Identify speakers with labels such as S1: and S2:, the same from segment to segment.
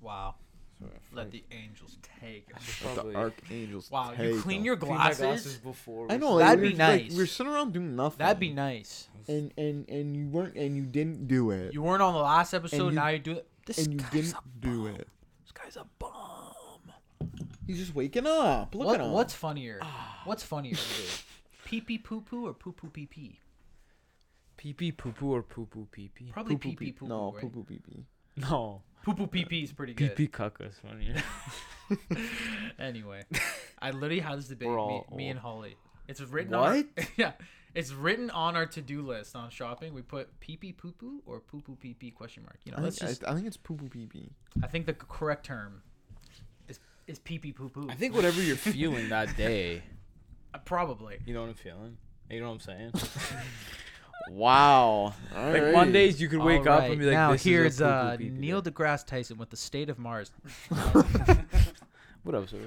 S1: Wow.
S2: So,
S1: Let the angels take us.
S2: let
S3: Probably.
S2: the archangels.
S1: Wow, you
S2: take
S1: clean
S2: them.
S1: your
S3: Clean my
S1: glasses?
S3: before.
S2: I
S3: we
S2: know.
S3: sleep.
S2: Like,
S1: That'd be
S2: we're- like,
S1: nice.
S2: we're sitting around doing nothing.
S1: That'd be nice.
S2: And and and you weren't and you didn't do it.
S1: You weren't on the last episode,
S2: you-
S1: now you do it. This
S2: and you
S1: guy's
S2: didn't
S1: a
S2: do
S1: bum.
S2: it.
S1: This guy's a bum.
S2: He's just waking up. Look
S1: What,
S2: at him. Ah.
S1: what's funnier? What's funnier? pee pee poo poo or poo poo pee pee?
S3: Pee pee poo poo or poo poo pee pee.
S1: Probably
S2: poo
S1: pee
S2: poo
S1: pee
S2: pee?
S1: poo
S2: No,
S1: poo.
S2: poo poo pee pee.
S3: No.
S1: Poo poo pee pee is pretty
S3: Pee
S1: good.
S3: pee caca is funny.
S1: Anyway, I literally had this debate
S3: We're
S1: me,
S3: all
S1: me
S3: old.
S1: and Holly. It's written on our,
S2: What?
S1: yeah, it's written on our to do list on shopping. We put pee pee poo poo or poo poo pee pee question mark. You know,
S2: I
S1: let's
S2: think,
S1: just.
S2: I, I think it's poo poo pee pee.
S1: I think the correct term is is pee pee poo poo.
S3: I think whatever you're feeling that day,
S1: Uh, probably.
S3: you know what I'm feeling. You know what I'm saying?
S2: Wow.
S3: like Mondays, you could wake up and be like,
S1: now
S3: this
S1: here's
S3: is a
S1: uh,
S3: poo-poo pee-pee day."
S1: Neil deGrasse Tyson with the state of Mars.
S3: What up, sir?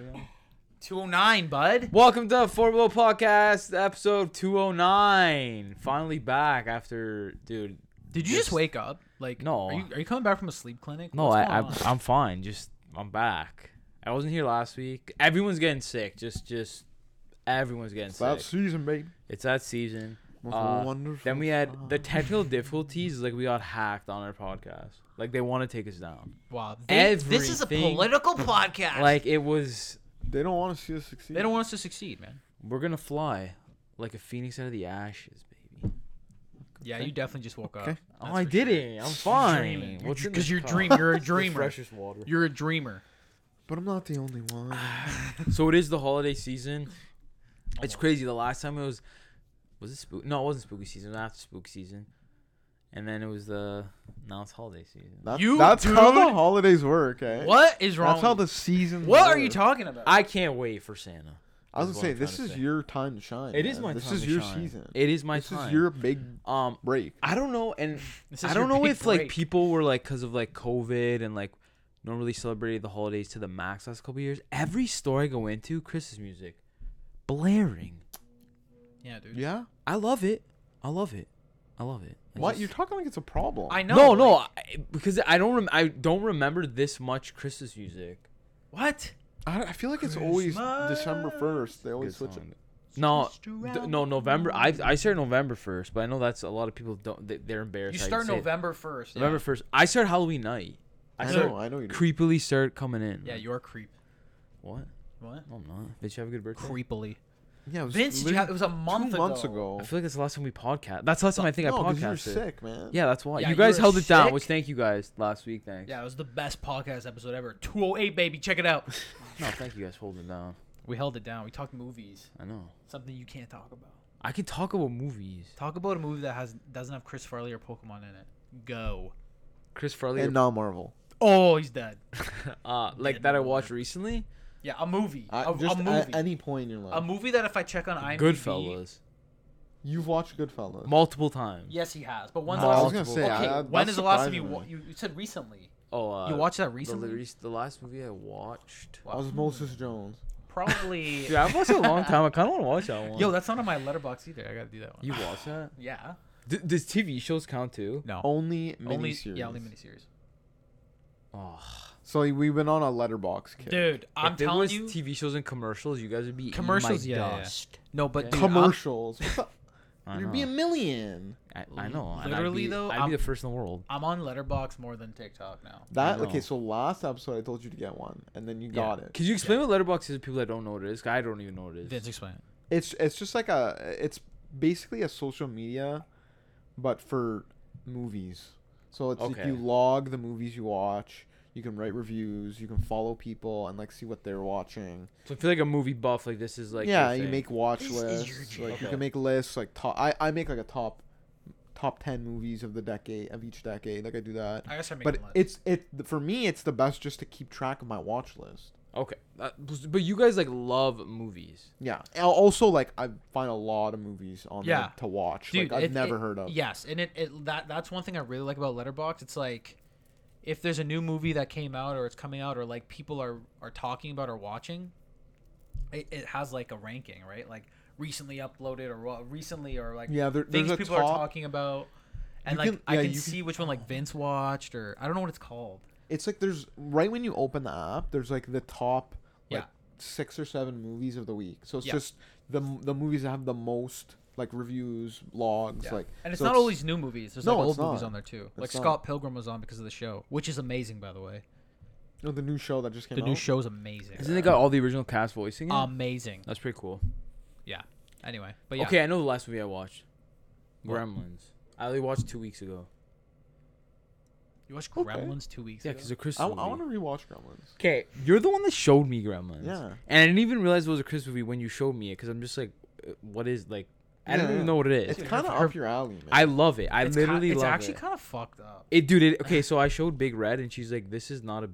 S1: 209, bud.
S3: Welcome to Four Below Podcast, episode 209. Finally back after, dude.
S1: Did you just
S3: This-
S1: wake up? Like,
S3: No.
S1: Are you, are you coming back from a sleep clinic?
S3: No,
S1: What's
S3: I,
S1: going
S3: I
S1: on?
S3: I'm fine. Just I'm back. I wasn't here last week. Everyone's getting sick. Just just everyone's getting
S2: It's that
S3: sick.
S2: season, baby.
S3: It's that season.
S2: Most
S3: Uh,
S2: wonderful
S3: Then we had
S2: time.
S3: the technical difficulties. Like we got hacked on our podcast. Like they want to take us down.
S1: Wow. They- this is a
S3: Everything-
S1: political podcast.
S3: Like it was.
S2: They don't want to see us succeed.
S1: they don't want us to succeed, man.
S3: We're gonna fly like a phoenix out of the ashes, baby.
S1: Yeah, you definitely just woke up.
S2: Okay.
S3: oh, I did it. I'm fine. What's in
S1: Because
S3: this
S1: you're
S3: cup?
S1: dream. You're a dreamer.
S3: Refreshers water.
S1: You're a dreamer.
S2: But I'm not the only one.
S3: So it is the holiday season. It's crazy. The last time it was, was it spook? No, it wasn't spooky season. It was after spooky season, and then it was the now it's holiday season.
S2: That-
S1: You,
S2: that's how the
S1: dude.
S2: holidays work, eh?
S1: What is wrong?
S2: That's how
S1: with
S2: the season.
S1: you? What are you
S2: work.
S1: talking about?
S3: I can't wait for Santa.
S2: I was
S3: is
S2: gonna
S3: what
S2: say
S3: I'm
S2: this
S3: trying
S2: is
S3: to say.
S2: your time to shine.
S3: It is
S2: man.
S3: my.
S2: This
S3: time
S2: is
S3: to
S2: your
S3: shine.
S2: season.
S3: It is my
S2: this
S3: time.
S2: is your big
S3: um.
S2: break.
S3: I don't know, and
S1: This is
S3: I don't
S1: your
S3: know
S1: big
S3: if like
S1: break.
S3: people were like because of like COVID and like normally celebrated the holidays to the max last couple years. Every store I go into, Christmas music, blaring.
S1: Yeah, dude.
S2: Yeah.
S3: I love it. I love it. I love it. I
S2: What
S3: just-
S2: you're talking like it's a problem.
S1: I know.
S3: No, no,
S1: like,
S3: I, because I don't. Rem- I don't remember this much Christmas music.
S1: What?
S2: I, I feel like it's always December
S1: Christmas.
S2: first. They always
S3: Good
S2: switch
S3: song.
S2: it.
S3: No,
S1: Switched
S3: d-
S1: around
S3: no,
S1: the
S3: November. I
S1: moon.
S3: I started November first, but I know that's a lot of people don't. They, they're
S1: You
S3: embarrassed. how
S1: start
S3: say it.
S1: November first.
S3: November first. I start Halloween night.
S2: I,
S3: start
S2: know. I know you. Do.
S3: creepily start coming in.
S1: Yeah, you're a creep.
S3: What?
S1: What?
S3: No, I'm not. Bitch, you have a good birthday.
S1: Creepily.
S2: Yeah. It was
S1: Vince, did you
S2: literally
S1: have, it was a month
S2: two
S1: ago.
S2: months ago.
S3: I feel like that's the last time we podcast. That's the last time I think
S2: no,
S3: I
S2: 'cause
S3: podcasted.
S2: you were sick, man.
S3: Yeah, that's why.
S1: Yeah,
S3: you
S1: you
S3: guys
S1: were
S3: held it down,
S1: sick.
S3: which thank you guys last week. Thanks.
S1: Yeah, it was the best podcast episode ever. 208, baby. Check it out.
S3: No, thank you guys for holding it down.
S1: we held it down. We talked movies.
S3: I know.
S1: Something you can't talk about.
S3: I can talk about movies.
S1: Talk about a movie that has doesn't have Chris Farley or Pokemon in it. Go.
S3: Chris Farley.
S2: And not Marvel.
S1: Oh, he's dead.
S3: uh, like that I watched recently.
S1: Yeah, a movie. A
S2: I,
S1: a
S2: just
S1: movie.
S2: at any point in your
S1: a
S2: life,
S1: movie that if I check on IMDb,
S3: Goodfellas.
S2: you've watched Goodfellas.
S3: Multiple times.
S1: Yes, he has. But when's
S3: No,
S1: the
S2: I
S1: last?
S2: was gonna say.
S3: multiple.
S1: okay,
S2: I, I,
S1: when
S2: that
S1: is the last time you
S2: surprised
S1: wa-
S2: me.
S1: you you said recently?
S3: Oh, uh,
S1: you watched that
S3: the,
S1: recently?
S3: re- the last movie I watched.
S1: Wow.
S2: Osmosis Jones.
S1: Probably.
S3: Dude, I watched it a long time. I kind of want to watch that one.
S1: Yo, that's not on my letterbox either. I gotta do that one.
S3: you watch that?
S1: yeah.
S3: D- does TV shows count too?
S1: No.
S2: Only
S1: Oh. only
S2: miniseries.
S1: yeah, only miniseries.
S3: Oh,
S2: So we've been on a letterbox kick.
S1: Dude, I'm
S3: if it
S1: telling
S3: was
S1: you,
S3: TV shows and commercials, you guys would be
S1: commercials.
S3: Eating
S1: Yeah,
S3: my
S1: yeah, yeah.
S3: dust.
S1: No, but
S3: Okay.
S1: dude, I'm-
S2: Commercials. What's up?
S3: I
S2: You'd
S3: know.
S2: be a million.
S3: I, I know. and I'd
S1: Literally,
S3: be-
S1: though,
S3: I'd
S1: I'm-
S3: be the first in the world.
S1: I'm on Letterbox more than TikTok now.
S2: That
S3: know.
S2: okay? So last episode I told you to get one, and then you got it.
S3: Could you explain what letterbox is to people that don't know what it is? 'Cause I don't even know what it is.
S1: Vince, explain. it.
S2: It's it's just like a it's basically a social media, but for movies. So it's if
S3: Okay.
S2: you log the movies you watch, you can write reviews, you can follow people and like see what they're watching.
S3: So I feel like a movie buff. Like this is like your
S2: yeah, you
S3: thing.
S2: make watch
S1: This is your
S2: lists. Like you
S3: Okay.
S2: can make lists like top. I I make like a top, top ten movies of the decade of each decade. Like I do that.
S1: I guess I'm making
S2: But
S1: a list.
S2: it's it for me. It's the best just to keep track of my watch list.
S3: okay. Uh, but you guys like love movies.
S2: Yeah. Al- Also, like I find a lot of movies on
S1: Yeah.
S2: there to watch. like I've
S1: it-
S2: never
S1: it-
S2: heard of.
S1: Yes, and it, it that that's one thing I really like about Letterbox. It's like if there's a new movie that came out or it's coming out or like people are are talking about or watching, it, it has like a ranking, right? Like recently uploaded or well, recently or like
S2: Yeah, there-
S1: things
S2: there's a
S1: people are
S2: top-
S1: talking about. And
S2: You
S1: like
S2: can-
S1: I
S2: yeah,
S1: can
S2: you can-
S1: see which one like Vince watched or I don't know what it's called.
S2: it's like there's right when you open the app, there's like the top like
S1: Yeah.
S2: six or seven movies of the week. So it's
S1: Yeah.
S2: just the the movies that have the most like reviews, logs,
S1: Yeah.
S2: like
S1: and it's
S2: so
S1: not always new movies. There's
S2: No,
S1: like
S2: it's
S1: old movies
S2: not.
S1: on there too.
S2: It's
S1: Like
S2: not.
S1: Scott Pilgrim was on because of the show, which is amazing, by the way.
S2: no, the new show that just came
S1: The
S2: out.
S1: new show is amazing.
S3: Isn't it got all the original cast voicing? it?
S1: amazing?
S3: That's pretty cool.
S1: Yeah. Anyway, but yeah.
S3: Okay, I know the last movie I watched.
S1: What?
S3: Gremlins. I only watched two weeks ago.
S1: You watched
S2: Okay.
S1: Gremlins two weeks
S3: Yeah,
S1: ago.
S3: because a Chris
S2: I, I
S3: movie.
S2: want to rewatch Gremlins.
S3: Okay, you're the one that showed me Gremlins.
S2: Yeah.
S3: And I didn't even realize it was a Chris movie when you showed me it, because I'm just like, uh, what is like? I don't
S2: Yeah.
S3: even know what it is.
S2: It's kind of
S1: her-
S2: up your alley, man.
S3: I love it. I
S1: it's ki-
S3: literally
S1: it's
S3: love
S1: actually
S3: it.
S1: kind of fucked up.
S3: it, dude. It, okay, so I showed Big Red, and she's like, "This is not a,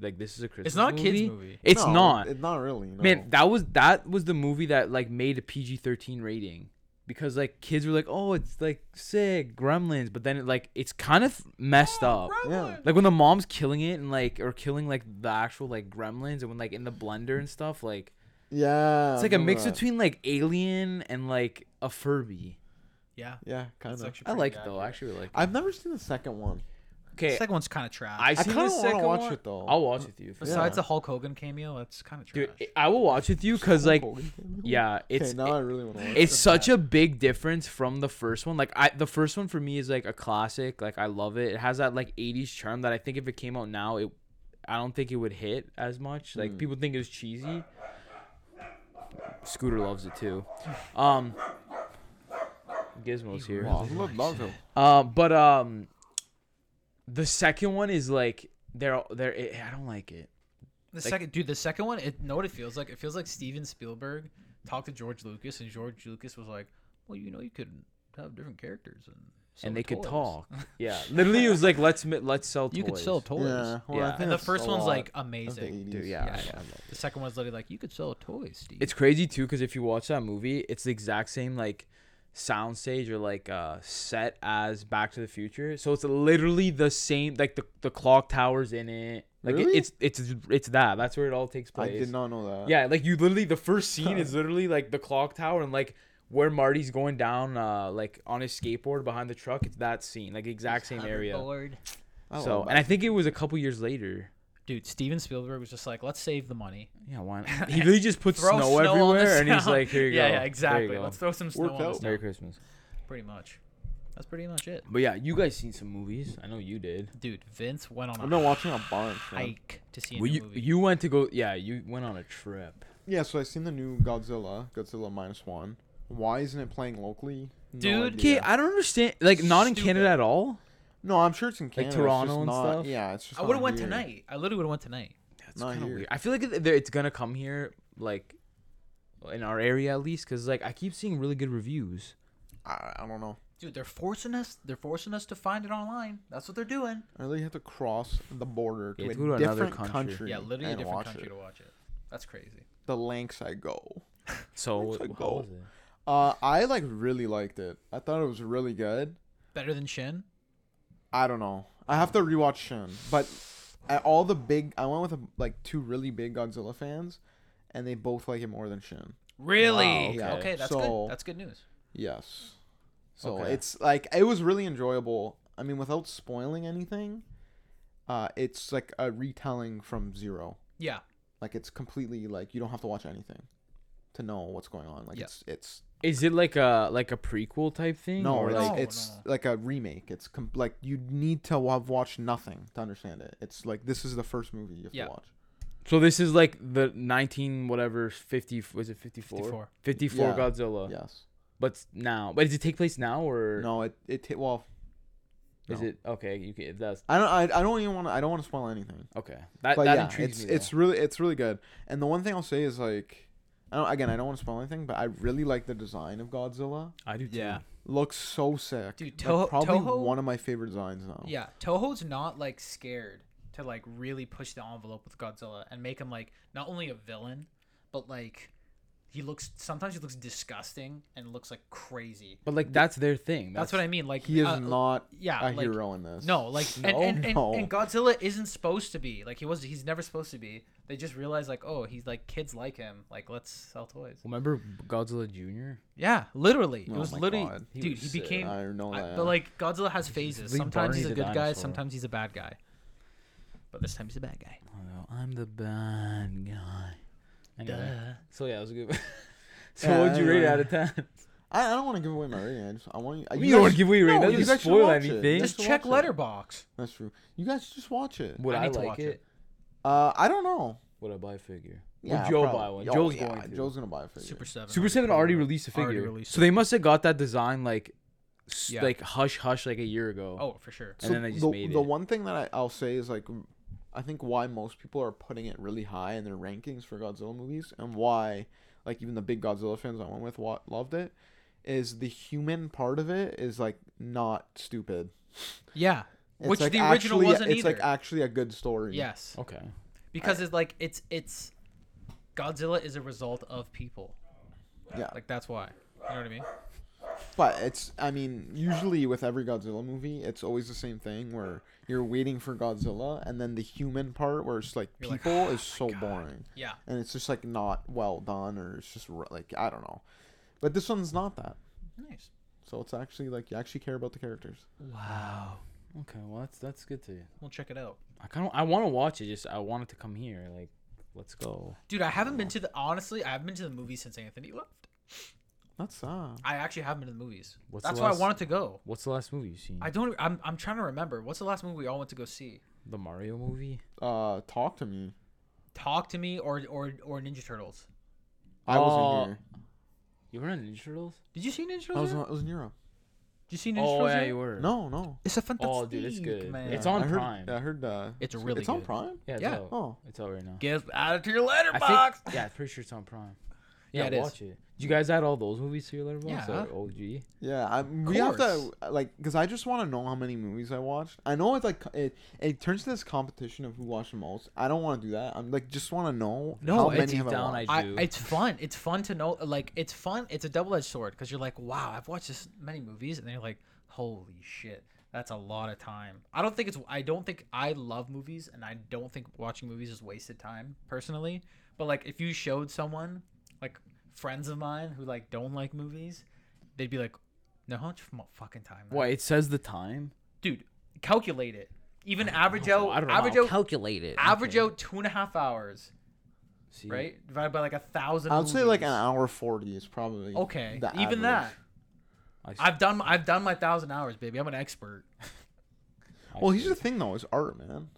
S3: like, this is a Christmas.
S1: It's not a
S3: movie.
S1: kids movie.
S3: It's
S2: No,
S3: not.
S2: It, not really. No.
S3: Man, that was that was the movie that like made a PG thirteen rating because like kids were like, oh, it's like sick Gremlins, but then it, like it's kind of messed
S1: Oh,
S3: up.
S2: Yeah.
S3: Like when the mom's killing it and like or killing like the actual like Gremlins and when like in the blender and stuff, like
S2: yeah,
S3: it's
S2: I
S3: like a
S2: remember
S3: mix
S2: that.
S3: between like Alien and like a Furby.
S1: Yeah.
S2: Yeah, kind
S1: That's
S2: of.
S1: actually
S3: I
S1: pretty
S3: like it
S1: bad.
S3: though. I Actually, like.
S2: I've never seen the second one.
S1: The
S3: Okay,
S1: second one's kind of trash.
S3: I
S2: I
S3: kind
S2: kinda
S3: of
S2: wanna
S3: want to
S2: watch it, though.
S3: I'll watch with you. if you
S1: Besides
S3: want.
S1: the Hulk Hogan cameo, that's kind of trash.
S3: dude, I I will watch with you because like, yeah, it's
S2: okay, now I really want to.
S3: it's such a big difference from the first one. Like I, the first one for me is like a classic. Like I love it. It has that like '80s charm that I think if it came out now, it, I don't think it would hit as much.
S1: Hmm.
S3: Like people think it was cheesy. Scooter loves it too. Um, Gizmo's here.
S2: Wow, love, love him.
S3: Uh, but um, the second one is like they're they're. I don't like it.
S1: the second, dude, the second one, it know what it feels like? It feels like Steven Spielberg talked to George Lucas, and George Lucas was like, "Well, you know, you could have different characters and sell
S3: and they could
S1: toys."
S3: talk. Yeah, literally, it was like let's mi- let's sell.
S1: You
S3: toys.
S1: could sell toys.
S2: Yeah, well,
S3: Yeah.
S2: I
S3: And
S2: think
S1: And the
S2: that's
S1: first
S2: a
S1: one's
S2: lot
S1: like
S2: of the
S1: amazing.
S2: 80s.
S3: Dude, yeah,
S1: yeah.
S2: I love it.
S1: The second one's literally like, "You could sell toys, Steve."
S3: It's crazy too, because if you watch that movie, it's the exact same like soundstage or like uh set as Back to the Future. So it's literally the same. Like the the clock towers in it. Like it,
S2: Really?
S3: it's it's it's that. That's where it all takes
S2: I
S3: place.
S2: did not know that.
S3: Yeah, like you literally the first scene is literally like the clock tower and like where Marty's going down uh like on his skateboard behind the truck. It's that scene, like exact same area.
S2: I
S3: So
S2: love
S3: and I
S2: that.
S3: think it was a couple years later.
S1: Dude, Steven Spielberg was just like, "Let's save the money.
S3: Yeah, why not? He really just puts snow,
S1: Throw snow, on the
S3: everywhere, and he's
S1: ground."
S3: like, "Here
S1: yeah,
S3: you go."
S1: Yeah,
S3: There you
S1: exactly.
S3: go.
S1: Let's throw some snow
S2: Worked
S1: on
S2: out.
S1: this.
S3: Merry
S1: town.
S3: Christmas.
S1: Pretty much. That's pretty much it.
S3: But yeah, you guys seen some movies? I know you did.
S1: Dude, Vince went on a
S2: I've been watching a bunch. man.
S1: hike to see a
S3: Well,
S1: new
S3: you
S1: movie.
S3: you went to go. Yeah, you went on a trip.
S2: Yeah, so I seen the new Godzilla, Godzilla minus one. Why isn't it playing locally? No
S1: Dude,
S2: idea.
S3: Okay, I don't understand. Like, not in Canada
S1: Stupid.
S3: at all.
S2: no, I'm sure it's in Canada. it's
S3: Toronto
S2: just
S3: and
S2: not-
S3: stuff?
S2: Yeah, it's just.
S1: I
S2: not
S1: would have went
S2: here.
S1: tonight. I literally would have went tonight.
S3: That's
S2: Not
S3: kind of
S2: here.
S3: weird. I feel like it- there- it's gonna come here, like, in our area at least, because like I keep seeing really good reviews.
S2: I, I don't know.
S1: Dude, they're forcing us. They're forcing us to find it online. That's what they're doing.
S2: I really have to cross the border to
S3: Yeah,
S2: a
S3: to go to another
S2: different
S3: country.
S2: country.
S1: Yeah, literally a
S2: and
S1: different
S2: watch
S1: country
S2: it.
S1: to watch it. That's crazy.
S2: The lengths I go.
S3: So
S2: It's like
S3: how was
S2: gold.
S3: it?
S2: Uh, I like really liked it. I thought it was really good.
S1: Better than Shin.
S2: I don't know. I have to rewatch Shin, but I, all the big I went with like two really big Godzilla fans, and they both like it more than Shin.
S1: Really?
S3: Wow,
S1: okay.
S3: okay.
S1: that's
S2: So-
S1: good. That's good news.
S2: Yes. So
S3: Okay.
S2: it's like it was really enjoyable. I mean, without spoiling anything, uh, it's like a retelling from zero.
S1: Yeah.
S2: Like it's completely like you don't have to watch anything to know what's going on. Like
S1: Yeah.
S2: it's it's
S3: Is it like a like a prequel type thing?
S2: no,
S3: Mm. or
S2: it's,
S1: like-
S3: like
S1: No,
S2: it's
S1: no.
S2: like a remake. It's com- like you need to have watched nothing to understand it. It's like this is the first movie you have
S1: Yeah.
S2: to watch.
S3: so this is like the nineteen whatever fifty was it fifty four
S1: 54.
S3: fifty four
S2: Yeah.
S3: Godzilla.
S2: Yes.
S3: But s- now, but does it take place now or
S2: No, it it ta- well.
S3: Is
S2: no.
S3: it okay? You can. That's
S2: I don't. I, I don't even want to. I don't want to spoil anything.
S3: okay. That
S2: but
S3: that
S2: yeah,
S3: intrigues
S2: it's
S3: me.
S2: it's really it's really good. And the one thing I'll say is like, I don't, again, I don't want to spoil anything, but I really like the design of Godzilla.
S3: I do.
S1: too. Yeah.
S2: Looks so sick.
S1: Dude,
S2: Like,
S1: Toho-
S2: probably
S1: Toho-
S2: one of my favorite designs now.
S1: Yeah, Toho's not like scared to like really push the envelope with Godzilla and make him like not only a villain, but like he looks sometimes he looks disgusting and looks like crazy.
S3: But like that's their thing.
S1: That's, what I mean. Like
S2: he is
S1: uh,
S2: not
S1: yeah,
S2: a
S1: like-
S2: hero in this.
S1: No, like and,
S3: No?
S1: and, and,
S2: Oh, No.
S1: and Godzilla isn't supposed to be like he was. He's never supposed to be. They just realized like oh he's like kids like him. Like let's sell toys.
S3: Remember Godzilla Junior?
S1: Yeah, literally. It
S2: Oh
S1: was
S2: my
S1: literally
S2: God.
S3: He
S1: dude.
S3: was
S1: He
S3: sick.
S1: became.
S2: I know
S1: I-
S2: that.
S1: but like Godzilla has phases.
S3: Lee
S1: Sometimes
S3: Barney
S1: he's a
S3: the
S1: good guy.
S3: dinosaur.
S1: Sometimes he's a bad guy. But this time he's a bad guy.
S3: Oh, I'm the bad guy. Anyway.
S1: Duh.
S3: So yeah, it was a good. so
S2: Yeah,
S3: what would you rate it
S2: anyway.
S3: out of ten?
S2: I, I don't want to give away my rating. I just I want you.
S3: You,
S2: you
S3: don't
S2: guys-
S3: want to give away
S2: no,
S3: rating.
S2: you
S3: doesn't
S2: guys should
S3: spoil
S2: watch it.
S3: anything.
S2: Just
S1: Just check
S2: watch it.
S1: Letterbox.
S2: That's true. You guys should just watch it.
S3: Would
S1: I
S3: I,
S1: need to
S3: like
S1: watch
S3: it?
S1: it.
S2: Uh, I don't know.
S3: Would I buy a figure?
S2: Yeah,
S3: Joe
S2: probably.
S3: buy one?
S2: Oh,
S3: Joe's
S2: yeah,
S3: going to.
S2: Joe's gonna buy a figure.
S1: Super Seven.
S3: Super
S1: already
S3: Seven
S1: put it
S3: already
S1: out.
S3: released a
S1: Already
S3: figure,
S1: released
S3: so they must have got that design like, s-
S1: Yeah.
S3: like hush hush like a year ago.
S1: Oh, for sure.
S3: and then they just
S2: the,
S3: made
S2: the
S3: it.
S2: one thing that I, I'll say is like, I think why most people are putting it really high in their rankings for Godzilla movies, and why like even the big Godzilla fans I went with wa- loved it, is the human part of it is like not stupid.
S1: Yeah.
S2: It's,
S1: Which
S2: like,
S1: the original
S2: actually-
S1: wasn't
S2: It's
S1: either.
S2: like actually a good story.
S1: yes.
S3: Okay.
S1: Because it's like it's it's Godzilla is a result of people.
S2: Yeah.
S1: Like that's why. You know what I mean?
S2: But it's, I mean, usually with every Godzilla movie, it's always the same thing where you're waiting for Godzilla, and then the human part where it's like
S1: You're like, "Oh
S2: people is so boring,
S1: Yeah.
S2: and it's just like not well done, or it's just r- like I don't know. But this one's not that,
S1: Nice.
S2: so it's actually like you actually care about the characters.
S1: Wow.
S3: Okay. Well, that's that's good to.
S1: We'll check it out.
S3: I kind of I want to watch it. Just I want it to come here. Like, let's go.
S1: Dude, I haven't been to the honestly, I haven't been to the movies since Anthony left.
S2: That's sad.
S1: I actually haven't been to the movies.
S3: What's the
S1: that's why I
S3: last-
S1: wanted to go.
S3: What's the last movie you seen?
S1: I don't I'm I'm trying to remember. What's the last movie we all went to go see?
S3: the Mario movie.
S2: Uh, talk to me.
S1: Talk to me or or or Ninja Turtles.
S2: I
S3: Oh,
S2: wasn't here.
S3: You were on Ninja Turtles.
S1: Did you see Ninja
S2: I
S1: Turtles?
S2: was,
S1: yet?
S2: I was in Europe.
S1: Did you see Ninja
S3: Oh
S1: Turtles?
S3: yeah,
S1: yet?
S3: you were.
S2: No, no.
S1: It's a fantastic
S3: Oh, dude, it's good.
S1: Man.
S3: It's on
S2: I heard,
S3: Prime.
S2: I heard. Uh,
S1: It's really
S2: It's on
S1: good.
S2: Prime.
S3: Yeah. It's
S1: Yeah.
S3: Out.
S2: Oh.
S3: It's out right now.
S1: Get out of your
S3: I
S1: letterbox.
S3: think, yeah, I'm pretty sure it's on Prime.
S1: Yeah,
S3: Yeah,
S1: it is.
S3: watch it. Did you guys add all those movies to your letterbox?
S1: Yeah.
S3: Or OG.
S2: Yeah, I, we have to
S1: course.
S2: like because I just want to know how many movies I watched. I know it's like co- it it turns to this competition of who watched the most. I don't want to do that. I'm like just want to know
S3: No,
S2: how
S3: it's
S2: many
S3: deep
S2: have
S3: down,
S2: I
S3: I-
S2: watched.
S1: I,
S3: do.
S1: it's fun. It's fun to know. Like, it's fun. It's a double edged sword because you're like, wow, I've watched this many movies, and then you're like, holy shit, that's a lot of time. I don't think it's. I don't think I love movies, and I don't think watching movies is wasted time personally. But like, if you showed someone, like friends of mine who like don't like movies, they'd be like, no, how much mo- fucking time? man?"
S3: Wait, it says the time.
S1: dude? Calculate it. Even average out.
S3: I don't know.
S1: Average
S3: I'll
S1: out.
S3: calculate it.
S1: Average
S3: Okay.
S1: out two and a half hours,
S3: See,
S1: right? Divided by like a thousand.
S2: I would say like an
S1: movies.
S2: hour forty is probably
S1: Okay,
S2: the
S1: even
S2: average.
S1: that. I've done I've done my thousand hours, baby. I'm an expert.
S3: I
S2: Well, here's
S3: see.
S2: the thing though: it's art, man.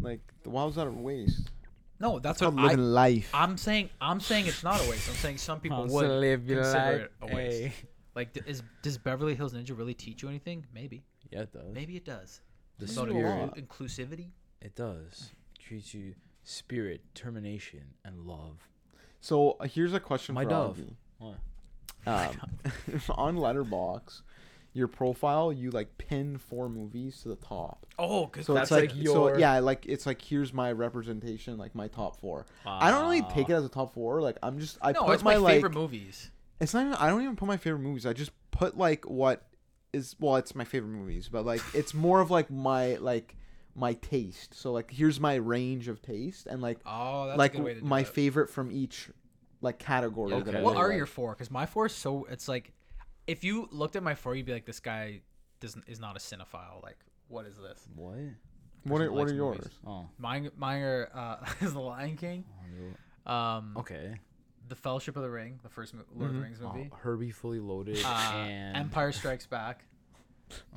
S2: Like, why was that a waste?
S1: No, that's
S2: I'm
S1: what I,
S2: living life.
S1: I'm saying. I'm saying it's not a waste. I'm saying some people
S3: How's
S1: would
S3: to live your
S1: consider
S3: life,
S1: it a waste.
S3: eh?
S1: Like, d- is does Beverly Hills Ninja really teach you anything? Maybe,
S3: Yeah, it does.
S1: maybe it does.
S3: The
S1: It's
S2: Spirit.
S1: about
S2: Spirit.
S1: inclu- inclusivity.
S3: It does. Treats you spirit, determination, and love.
S2: So uh, here's a question
S3: My
S2: for all of
S3: dove.
S2: you.
S3: What?
S2: Um, on Letterbox, your profile, you like pin four movies to the top.
S1: Oh, because
S2: So it's
S3: That's
S2: like,
S3: like
S2: so
S3: your-
S2: yeah, like it's like here's my representation, like my top four. I don't really take it as a top four. Like I'm just I
S1: no,
S2: put
S1: it's my,
S2: like
S1: favorite movies.
S2: it's not even I don't even put my favorite movies. I just put like what is well, it's my favorite movies, but like it's more of like my like my taste. So like here's my range of taste and like
S1: Oh, that's
S2: like
S1: a good way to do
S2: my
S1: it.
S2: favorite from each like category. that I
S3: Okay.
S1: What
S2: really
S1: are
S2: like.
S1: your four? Because my four is so. It's like, if you looked at my four, you'd be like, this guy doesn't is not a cinephile. Like, what is this?
S2: what
S3: What?
S2: are,
S1: person
S2: what
S1: likes
S2: are yours?
S1: movies.
S3: Oh.
S1: Mine, mine are uh, is the Lion King. Um,
S3: Okay. Uh,
S1: The Fellowship of the Ring, the first mo- Lord
S2: Mm-hmm.
S1: of the Rings movie,
S3: Herbie Fully
S2: Oh.
S3: Loaded
S1: uh,
S3: and
S1: Empire Strikes Back,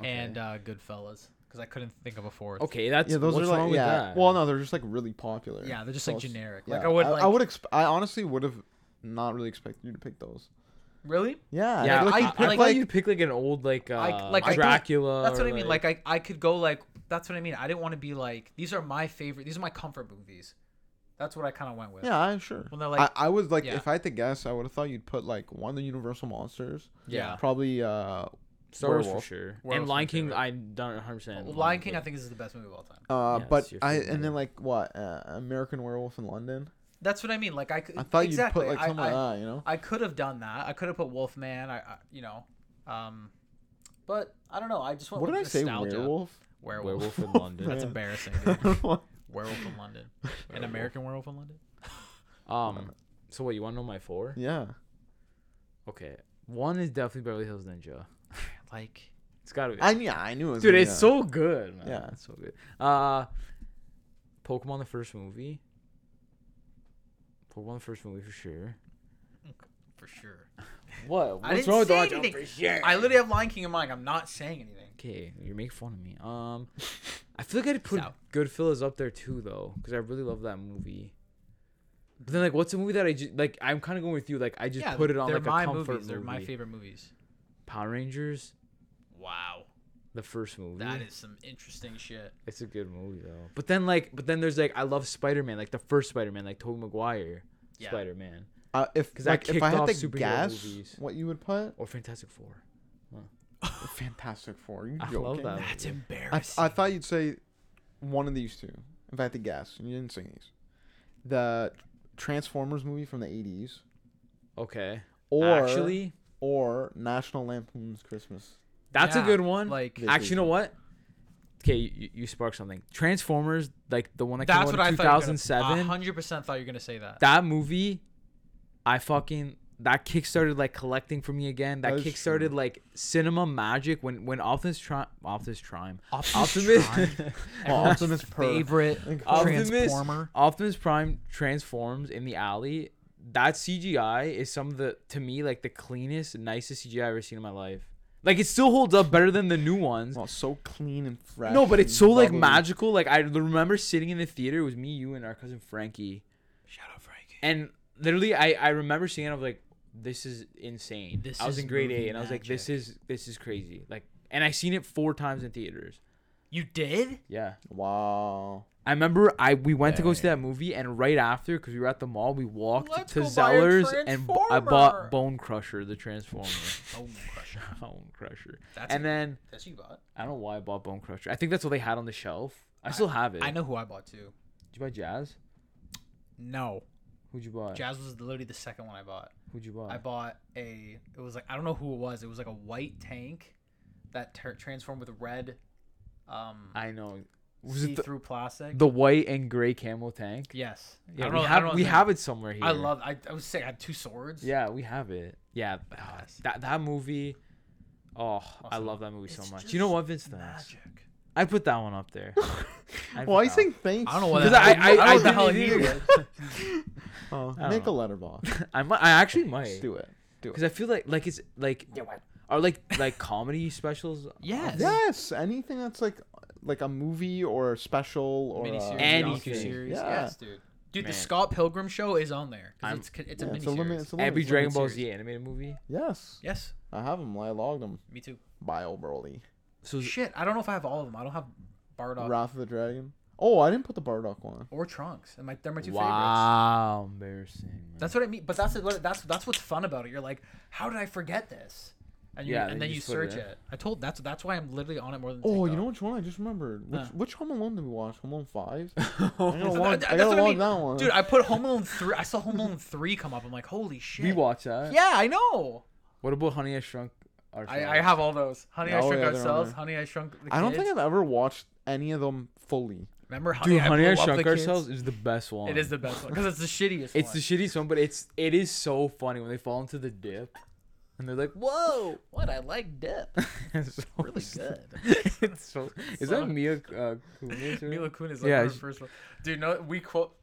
S1: and
S3: Okay.
S1: uh, Goodfellas. Because I couldn't think of a fourth.
S3: Okay, that's
S2: Yeah, those
S3: what's
S2: are
S3: wrong
S2: like
S3: with
S2: yeah.
S3: that.
S2: Well, no, they're just like really popular.
S1: Yeah, they're just like
S2: So it's-
S1: generic.
S2: yeah.
S1: Like I would like.
S2: I would exp- I honestly would have not really expected you to pick those.
S1: really.
S2: Yeah,
S3: Yeah,
S1: like,
S3: I,
S1: you
S3: I
S1: pick,
S3: thought
S1: like-
S3: you'd pick like an old like uh,
S1: I- like, I don't-
S3: Dracula.
S1: That's what
S3: or,
S1: I mean. Like I, I could go like. That's what I mean. I didn't want to be like. These are my favorite. These are my comfort movies. That's what I kind of went with.
S2: Yeah, I'm sure.
S1: When they're like-
S2: I, I was like,
S1: yeah.
S2: if I had to guess, I would have thought you'd put like one of the Universal monsters.
S1: Yeah.
S2: Probably. uh
S3: Star Wars for
S2: Werewolf.
S3: sure.
S1: Werewolf's
S3: and
S1: my
S3: Lion King,
S1: favorite.
S3: I don't 100. percent
S1: Lion King, I think is the best movie of all time.
S2: uh,
S3: Yeah,
S2: but
S3: it's your
S2: I
S3: favorite
S2: and then
S3: movie.
S2: like what uh, American Werewolf in London.
S1: That's what I mean. Like I could.
S2: I thought
S1: E, exactly.
S2: you'd put like
S1: I-
S2: something
S1: I-
S2: like that, you know.
S1: I could have done that. I could have put Wolfman. I, I you know, um, but I don't know. I just went
S2: What
S1: with
S2: did I say?
S1: nostalgia.
S2: Werewolf.
S1: Werewolf.
S3: Werewolf in London.
S1: That's
S2: Yeah.
S1: embarrassing.
S2: I
S1: Dude.
S2: don't know.
S1: werewolf in London. An American werewolf in London.
S3: Um, so what you want to know my four?
S2: yeah.
S3: Okay, one is definitely Beverly Hills Ninja.
S1: Like
S3: It's gotta be.
S2: I yeah I knew it. Was
S3: Dude,
S2: gonna be
S3: it's
S2: that.
S3: so good, man.
S2: Yeah.
S3: it's so good. Uh, Pokemon the first movie. Pokemon the first movie for sure.
S1: for sure.
S3: What?
S1: I didn't say anything. I literally have Lion King in mind. I'm not saying anything.
S3: Okay, you're making fun of me. Um, I feel like I'd put
S1: out.
S3: Goodfellas up there too, though, because I really love that movie. But then, like, what's a movie that I just like? I'm kind of going with you. Like, I just put it on
S1: they're
S3: like
S1: my
S3: a comfort
S1: movies.
S3: movie.
S1: They're my favorite movies.
S3: Power Rangers,
S1: Wow,
S3: the first movie.
S1: that is some interesting shit.
S3: It's a good movie though. But then, like, but then there's like, I love Spider Man, like the first Spider Man, like Tobey Maguire,
S1: Yeah.
S3: Spider Man,
S2: Uh, if
S3: 'Cause I
S2: like, if
S3: kicked
S2: I had
S3: off
S2: to
S3: superhero
S2: guess
S3: movies.
S2: what you would put,
S3: or Fantastic Four.
S2: Fantastic Four. Are you
S3: Uh, I
S2: joking?
S3: love that.
S1: That's
S3: movie.
S2: I,
S1: embarrassing.
S2: I thought you'd say one of these two. If I had to guess, and you didn't say these. The Transformers movie from the '80s,
S3: Okay.
S2: or
S3: Actually,
S2: or National Lampoon's Christmas.
S3: that's
S1: Yeah,
S3: a good one. Like,
S1: Like
S2: Yeah.
S3: actually, you know what? Okay, you, you sparked something. Transformers, like the one that came
S1: that's
S3: out
S1: what
S3: in
S1: I thought.
S3: 2007.
S1: Hundred percent thought you were gonna say that.
S3: that movie, I fucking that kickstarted like collecting for me again. That
S2: That is
S3: kickstarted
S2: true.
S3: like cinema magic when when Optimus Tri- Optimus Prime
S1: Optimus
S3: Optimus
S1: Prime.
S2: Well,
S1: Everyone's
S2: Optimus Prime.
S1: favorite
S3: Optimus-
S1: Transformer.
S3: Optimus Prime transforms in the alley. That CGI is some of the to me like the cleanest, nicest CGI I've ever seen in my life. Like it still holds up better than the new ones.
S2: Well, Oh, so clean and fresh.
S3: No, but it's so like
S2: magic.
S3: magical. Like I remember sitting in the theater. It was me, you, and our cousin Frankie.
S1: Shout out Frankie.
S3: And literally, I I remember seeing. It, I was like, "This is insane."
S1: This
S3: I was
S1: is
S3: in grade
S1: movie
S3: eight, and I was like, "This
S1: magic.
S3: is this is crazy." Like, and I seen it four times in theaters.
S1: You did?
S3: Yeah.
S2: Wow.
S3: I remember I we went to go see
S1: Dang.
S3: that movie, and right after, because we were at the mall, we walked
S1: Let's
S3: to
S1: go buy a
S3: Zellers and b- I
S1: Transformer.
S3: bought Bone Crusher, the Transformer.
S1: Oh crush.
S3: Bone Crusher.
S1: That's
S3: And then
S1: that's you bought.
S3: I don't know why I bought Bone Crusher. I think that's what they had on the shelf. I still have it.
S1: I know who I bought too.
S3: Did you buy Jazz?
S1: No,
S3: Who'd you buy?
S1: Jazz was literally the second one I bought.
S3: Who'd you buy?
S1: I bought a. It was like I don't know who it was. It was like a white tank that ter- transformed with red, um,
S3: I know. Was it the,
S1: see-through plastic.
S3: the white and gray camo tank?
S1: yes.
S3: Yeah,
S1: I don't
S3: we
S1: know, I
S3: have
S1: don't know
S3: we
S1: his name.
S3: have it somewhere here.
S1: I love. I, I was sick. I had two swords.
S3: Yeah, we have it. Yeah, ah,
S1: Badass.
S3: that that movie. Oh, I
S1: Also,
S3: love that movie so
S1: it's
S3: much. You know
S1: just
S3: what, Vince? Thanks.
S1: Magic.
S3: I put that one up there. I'd
S2: Why are
S3: put
S2: you
S3: that
S2: saying thanks?
S1: I don't know what.
S3: 'Cause
S1: the-
S3: I- I-
S1: don't know
S3: I
S1: what the hell it
S3: didn't either.
S1: is.
S2: Oh,
S3: don't
S2: make
S3: know.
S2: a letterbox.
S3: I might. I actually might.
S2: Let's do it. Do
S3: Because
S2: it.
S3: I feel like like it's like are like like comedy specials.
S1: Yes.
S2: Yes. Anything that's like like a movie or a special or
S1: Miniseries,
S2: a,
S3: Anything.
S1: docu-series.
S2: Yeah.
S1: Yes, dude. Dude,
S3: uh, Man.
S1: the Scott Pilgrim show is on there
S3: I'm-
S1: because it's c- it's a
S2: Yeah,
S1: miniseries.
S2: it's a limit. It's a limit.
S3: Every
S2: it's a
S3: Dragon
S2: limited
S3: Ball
S2: series.
S3: Z animated movie.
S2: Yes.
S1: Yes,
S2: I have them. I logged them.
S1: me too.
S2: Bio Broly.
S3: So
S1: Shit, I don't know if I have all of them. I don't have Bardock
S2: Wrath of the Dragon. Oh, I didn't put the Bardock one.
S1: or Trunks. And my, they're my two favorites.
S3: wow, embarrassing. man.
S1: That's what I mean. But that's what that's that's what's fun about it. You're like, how did I forget this? And you,
S3: Yeah,
S1: and
S3: then
S1: then
S3: you
S1: you
S3: just put it
S1: search
S3: in.
S1: it, I told that's that's why I'm literally on it more than.
S2: Oh, you
S1: TikTok.
S2: know which one I just remembered? Which,
S1: Huh.
S2: which Home Alone did we watch? Home Alone Five. I gotta
S1: So
S2: log,
S1: that-
S2: I
S1: that's
S2: gotta
S1: what
S2: log
S1: mean.
S2: that one.
S1: Dude, I put Home Alone three. I saw Home Alone three come up. I'm like, holy shit.
S3: we watch that.
S1: Yeah, I know.
S3: What about Honey I Shrunk?
S1: I,
S3: Ourselves?
S1: I have all those. Honey, I
S2: Oh,
S1: Shrunk
S2: yeah, they're on
S1: Ourselves.
S2: there.
S1: Honey, I Shrunk. The
S2: I don't think
S1: Kids.
S2: I've ever watched any of them fully.
S1: Remember Honey,
S3: Dude,
S1: I
S3: Honey I,
S1: Blew Up
S3: Shrunk
S1: the Kids?
S3: Ourselves is the best one.
S1: It is the best one because it's the shittiest.
S3: It's
S1: one.
S3: the shittiest one, but it's it is so funny when they fall into the dip, and they're like, "Whoa!"
S1: what I like dip.
S3: it's so
S1: Really good.
S3: it's so. Is
S1: So-
S3: that Mia uh, Kunis? or-
S1: Mila Kunis, like
S3: Yeah,
S1: her
S3: she-
S1: first one. Dude, no, we quote.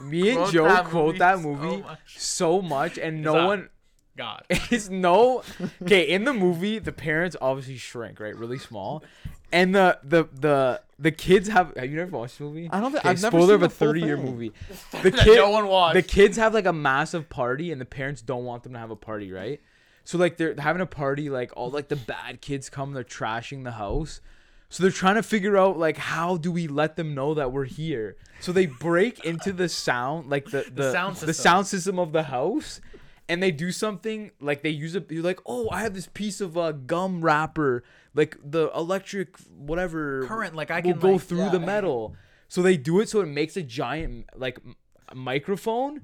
S3: Me and
S1: quote
S3: Joe
S1: that
S3: quote
S1: movie
S3: that
S1: so
S3: movie
S1: much.
S3: so much, and no
S1: that-
S3: one
S1: God.
S3: It's no okay in the movie. The parents obviously shrink, right? Really small, and the the the the kids have. Have you never watched the movie?
S2: I don't think
S3: Okay,
S2: I've never
S3: spoiler
S2: seen
S3: of a
S2: the full
S3: thirty-year
S2: thing.
S3: movie. The
S1: That
S3: kid,
S1: no one watched.
S3: The kids have like a massive party, and the parents don't want them to have a party, right? So like they're having a party, like all like the bad kids come, they're trashing the house. So they're trying to figure out like how do we let them know that we're here. So they break into the sound like the the,
S1: sound
S3: the
S1: system.
S3: sound system of the house, and they do something like they use a you're like oh I have this piece of uh, gum wrapper like the electric whatever
S1: Current, like, I
S3: will
S1: can,
S3: go
S1: like-
S3: through the
S1: yeah.
S3: metal. So they do it so it makes a giant like m- microphone.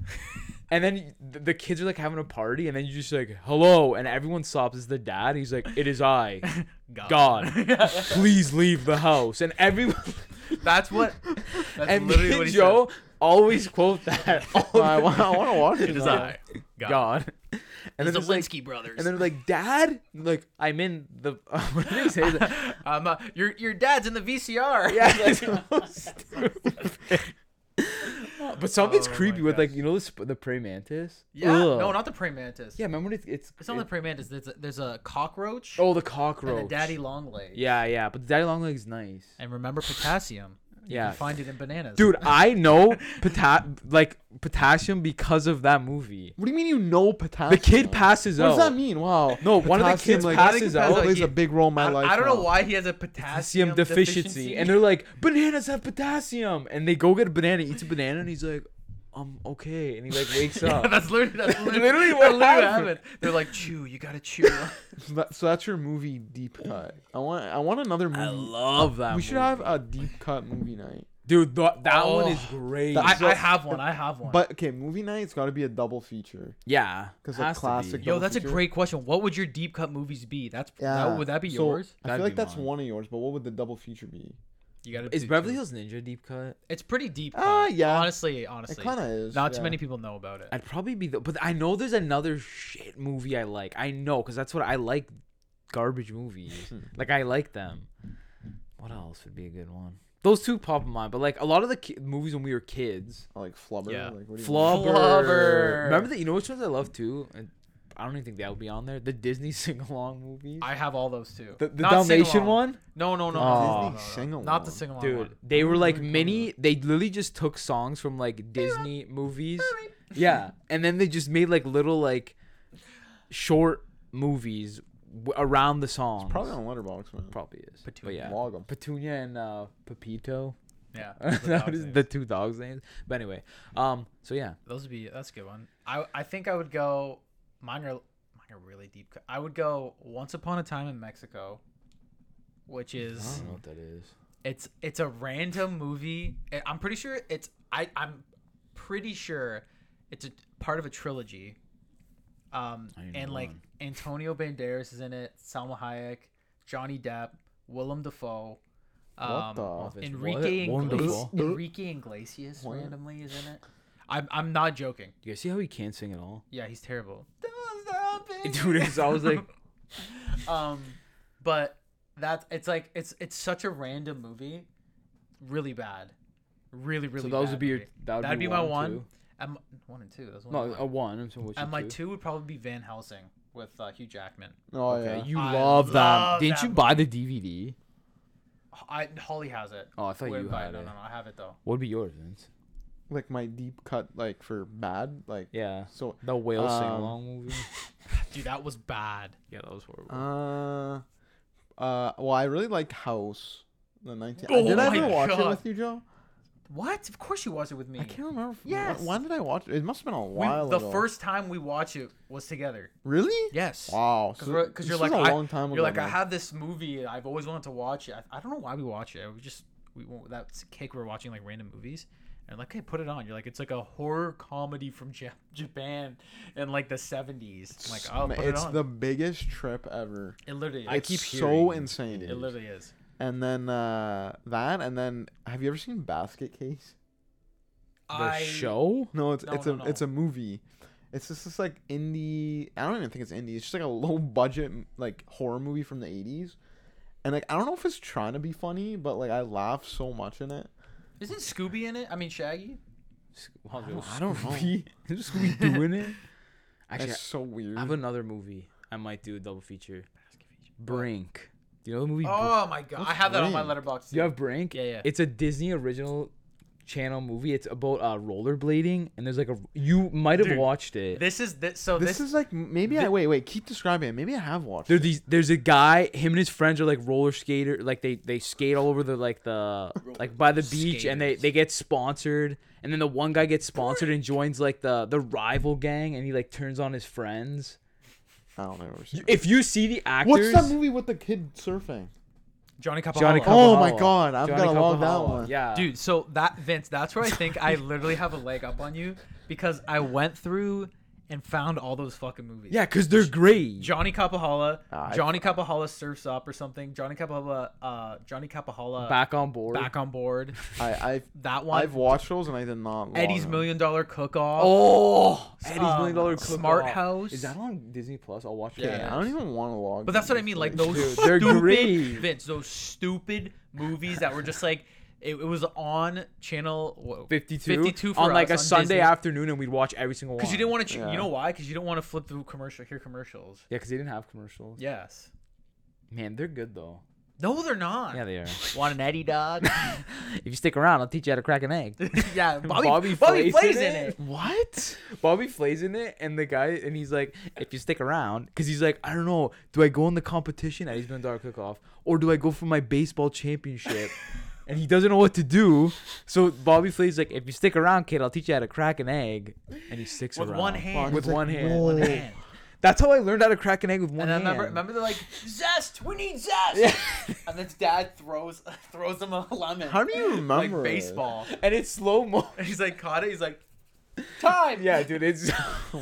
S3: And then th- the kids are like having a party, and then you just like hello, and everyone stops. Is the dad? He's like, "It is I,
S1: God.
S3: God, please leave the house. And everyone
S1: That's what. That's
S3: and me
S1: literally
S3: and
S1: what he
S3: Joe always quote that. All
S2: I,
S3: the
S2: want to watch
S1: said.
S2: it.
S1: It is
S2: now.
S1: I. God.
S3: God. And then
S1: the
S3: there's like,
S1: Winsky brothers.
S3: and then like, Dad, And, like I'm in the. what did he say? He's like,
S1: um, uh, your your dad's in the VCR.
S3: Yeah, it's so stupid. But something's
S1: Oh my
S3: creepy with
S1: gosh.
S3: like you know the sp- the praying mantis.
S1: Yeah.
S3: Ugh.
S1: No, not the praying mantis.
S3: Yeah, remember it's it's,
S1: It's not the
S3: it-
S1: praying mantis. There's a, there's a cockroach
S3: oh the
S1: and
S3: cockroach.
S1: a daddy long leg.
S3: Yeah, yeah, but the daddy long leg's nice.
S1: And remember potassium. You
S3: Yeah,
S1: can find it in bananas.
S3: dude, I know pota- like potassium because of that movie.
S2: What do you mean you know potassium?
S3: The kid passes
S2: What
S3: out.
S2: does that mean? Wow.
S3: No, one of the
S2: Potassium,
S3: kids
S2: like,
S3: passes
S2: potassium
S3: out.
S1: like,
S2: plays
S1: he-
S2: a big role in my
S1: I,
S2: life.
S1: I don't know
S2: now.
S1: why he has a
S3: Potassium
S1: potassium
S3: deficiency. and they're like, bananas have potassium, and they go get a banana, eats a banana, and he's like, um, okay, and he like wakes
S1: Yeah,
S3: up.
S1: that's literally that's literally,
S3: uh, Literally
S1: that's
S3: what
S1: literally
S3: happened.
S1: They're like, chew. You gotta chew.
S2: So, that- so that's your movie deep cut. I want. I want another movie.
S3: I love that.
S2: we should
S3: movie.
S2: have a deep cut movie night.
S3: dude. Th- that one
S1: Oh.
S3: is great.
S2: That-
S1: I,
S2: So-
S1: I have one. I have one.
S2: But okay, movie night's got to be a double feature.
S3: yeah,
S2: 'Cause, like,
S3: has to
S2: classic-
S3: be.
S1: Yo, that's a
S2: feature.
S1: great question. What would your deep cut movies be? That's that, would that be
S2: So,
S1: yours?
S2: I
S3: That'd
S2: feel like
S3: be
S2: that's
S3: mine.
S2: one of yours. But what would the double feature be?
S1: You gotta.
S3: Is
S1: do
S3: Beverly
S1: two.
S3: Hills Ninja deep cut?
S1: It's pretty deep. Cut.
S2: Ah, yeah.
S1: Honestly, Uh, honestly,
S2: It kind of is.
S1: not
S2: yeah.
S1: too many people know about it.
S3: I'd probably be the, but I know there's another shit movie I like. I know because that's what I like. Garbage movies, like I like them. What else would be a good one? Those two pop in mind, but like a lot of the ki- movies when we were kids,
S2: Like flubber.
S1: Yeah.
S2: Like, what do you mean?
S3: Flubber.
S1: Flubber.
S3: Remember that? You know which ones I love too. And I don't even think that would be on there. The Disney sing along movies.
S1: I have all those too.
S3: the the
S1: Not sing-along.
S3: Dalmatian one.
S1: No, no, no.
S3: Oh.
S1: no, no, no,
S2: Disney
S1: no.
S2: sing-along.
S1: Not the sing along.
S3: Dude,
S1: One.
S3: they were
S2: Where
S3: like
S2: did it come
S3: mini. They literally just took songs from like Disney movies. Yeah, and then they just made like little like short movies w- around the songs.
S2: Probably on Letterboxd, man.
S3: probably is. But
S1: Petunia.
S3: yeah.
S2: Log 'em.
S3: Petunia and uh, Pepito.
S1: Yeah. those are
S3: that
S1: dogs'
S3: was
S1: names.
S3: the two dogs' names. But anyway, um, so yeah,
S1: Those would be that's a good one. I I think I would go mine are mine are really deep. cut. I would go Once Upon a Time in Mexico, which is
S3: know what that is.
S1: it's it's a random movie. I- I'm pretty sure it's I I'm pretty sure it's a part of a trilogy. Um
S3: I know
S1: and like
S3: one.
S1: Antonio Banderas is in it, Salma Hayek, Johnny Depp, Willem Dafoe. Um,
S2: what the?
S3: Office.
S1: Enrique
S3: What?
S1: Iglesias,
S3: Wonderful.
S1: Enrique Iglesias
S2: What?
S1: randomly is in it. I'm I'm not joking.
S3: You guys see how he can't sing at all,
S1: Yeah, he's terrible.
S3: dude? It's always like
S1: um, but that's it's like it's it's such a random movie, really bad, really really.
S3: so. Those
S1: bad
S3: would be your
S1: movie.
S3: that would
S1: That'd be, my one.
S3: two.
S1: I'm one and two. That's one.
S3: No,
S1: and
S3: a
S1: one.
S3: one. So what's your
S1: and my
S3: two?
S1: two would probably be Van Helsing with uh, Hugh Jackman.
S2: Oh
S3: Okay,
S2: yeah.
S3: you
S1: I
S3: love that.
S1: love
S3: Didn't
S1: that
S3: you buy the DVD?
S1: I Holly has it.
S3: Oh, I thought
S1: Wouldn't
S3: you
S1: buy
S3: had
S1: No,
S3: it.
S1: no, no, I have it though.
S3: What would be yours, Vince?
S2: like my deep cut, like for bad, like
S3: Yeah,
S2: so.
S3: the whale
S2: Um,
S3: sing along movie.
S1: Dude, that was bad.
S3: yeah, that was horrible.
S2: Uh, uh. Well, I really liked House. The nineteen.
S1: Oh
S2: did I
S1: my
S2: ever watch it
S1: God.
S2: with you, Joe?
S1: What? Of course you watched it with me.
S2: I can't remember. if- wh-
S1: Yes.
S2: When did I watch it? It must have been a
S1: We,
S2: while
S1: the
S2: ago.
S1: first time we watched it was together.
S2: Really?
S1: Yes.
S2: Wow. so
S1: because
S2: this
S1: you're
S2: was
S1: like
S2: a
S1: I-
S2: long time
S1: you're
S2: ago,
S1: like I
S2: man.
S1: have this movie and I've always wanted to watch it. I, I don't know why we watch it. We just we that's cake we were watching like random movies and like hey put it on. You're like it's like a horror comedy from Ja- Japan in like the 70s. I'm like oh
S2: Man,
S1: put
S2: it's
S1: it on.
S2: the biggest trip ever.
S1: it literally
S3: I
S1: is.
S2: It's
S3: keep
S2: so
S3: hearing
S2: insane.
S1: it literally is.
S2: And then uh that, and then have you ever seen Basket Case?
S3: the
S1: I
S3: show?
S2: No, it's
S1: No,
S2: it's
S1: no,
S2: a
S1: no.
S2: it's a movie. It's just this like indie. I don't even think it's indie. It's just like a low budget like horror movie from the eighties, and like I don't know if it's trying to be funny, but like I laugh so much in it.
S1: isn't Scooby in it? I mean Shaggy.
S3: I don't,
S2: I don't know.
S3: know. Just we doing it. Actually,
S2: That's so weird.
S3: I have another movie. I might do a double feature. Brink. Do you know the movie? Brink?
S1: Oh my god, I have that on my
S2: Brink?
S1: letterbox.
S3: Do you have Brink?
S1: Yeah, yeah.
S3: It's a Disney original channel movie. It's about uh, rollerblading, and there's like a. You might have
S1: Dude,
S3: watched it.
S1: This is this. So
S2: this,
S1: this,
S2: is like maybe I wait wait keep describing it. Maybe I have watched.
S3: There's
S2: It.
S3: these. There's a guy. Him and his friends are like roller skater. Like they they skate all over the like the like by the beach, and they
S1: Skaters.
S3: they get sponsored. And then the one guy gets sponsored and joins like the the rival gang, and he like turns on his friends.
S2: I don't know. What
S3: If you see the actors,
S2: What's that movie with the kid surfing?
S1: Johnny Capoeira.
S3: Johnny
S2: Oh my
S3: Capoeira.
S2: God, I've
S3: Johnny
S2: gotta log that
S3: Capoeira.
S2: one.
S3: Yeah,
S1: dude so that vince that's where i think i literally have a leg up on you because i went through and found all those fucking movies.
S3: Yeah, because they're great.
S1: Johnny Capahala,
S2: Ah, I-
S1: Johnny Capahala surfs up or something. Johnny Capahala, uh, Johnny Capahala back,
S3: back on board.
S1: on board.
S2: I, I've
S1: That one.
S2: I've watched those and I did not. log
S1: Eddie's
S2: on.
S1: Million Dollar Cook Off.
S3: Oh, Eddie's
S1: um,
S3: million dollar Cook
S1: Smart
S3: Off.
S1: House.
S3: Is that on Disney Plus? I'll watch
S2: Yeah,
S3: it.
S1: Yeah.
S2: I don't even want to log.
S1: But that's what I
S2: these
S1: mean. Like
S2: things.
S1: those
S3: Dude, they're
S1: stupid
S3: great.
S1: Vince, those stupid movies that were just like it, it was on channel what,
S3: 52,
S1: 52 for
S3: on
S1: us
S3: like a
S1: on
S3: Sunday
S1: Disney.
S3: afternoon, and we'd watch every single one.
S1: because you didn't want to. Ch-
S2: Yeah.
S1: You know why? Because you don't want to flip through commercial, hear commercials.
S3: Yeah, because they didn't have commercials.
S1: Yes.
S3: Man, they're good though.
S1: No, they're not.
S3: Yeah, they are.
S1: Want an Eddie dog?
S3: if you stick around, I'll teach you how to crack an egg.
S1: yeah, Bobby, Bobby, Bobby
S3: Bobby Flay's
S1: plays
S3: in
S1: in
S3: it?
S1: it.
S2: What?
S3: Bobby Flay's in it, and the guy, and he's like, if you stick around, because he's like, I don't know, do I go in the competition at East Bend Dollar Cook-Off, or do I go for my baseball championship? and he doesn't know what to do. So Bobby Flay's like, if you stick around, kid, I'll teach you how to crack an egg. And he sticks
S1: With
S3: around.
S1: one hand.
S3: With
S2: He's like,
S3: one hand.
S2: "Whoa."
S1: One hand.
S3: That's how I learned how to crack an egg with one
S1: And I
S3: hand.
S1: remember, remember they're like zest. We need zest. And then dad throws throws him a lemon.
S2: How do you remember
S1: Like
S2: it?
S1: baseball.
S3: and it's slow mo.
S1: And he's like caught it. He's like time.
S3: yeah, dude, it's
S2: Oh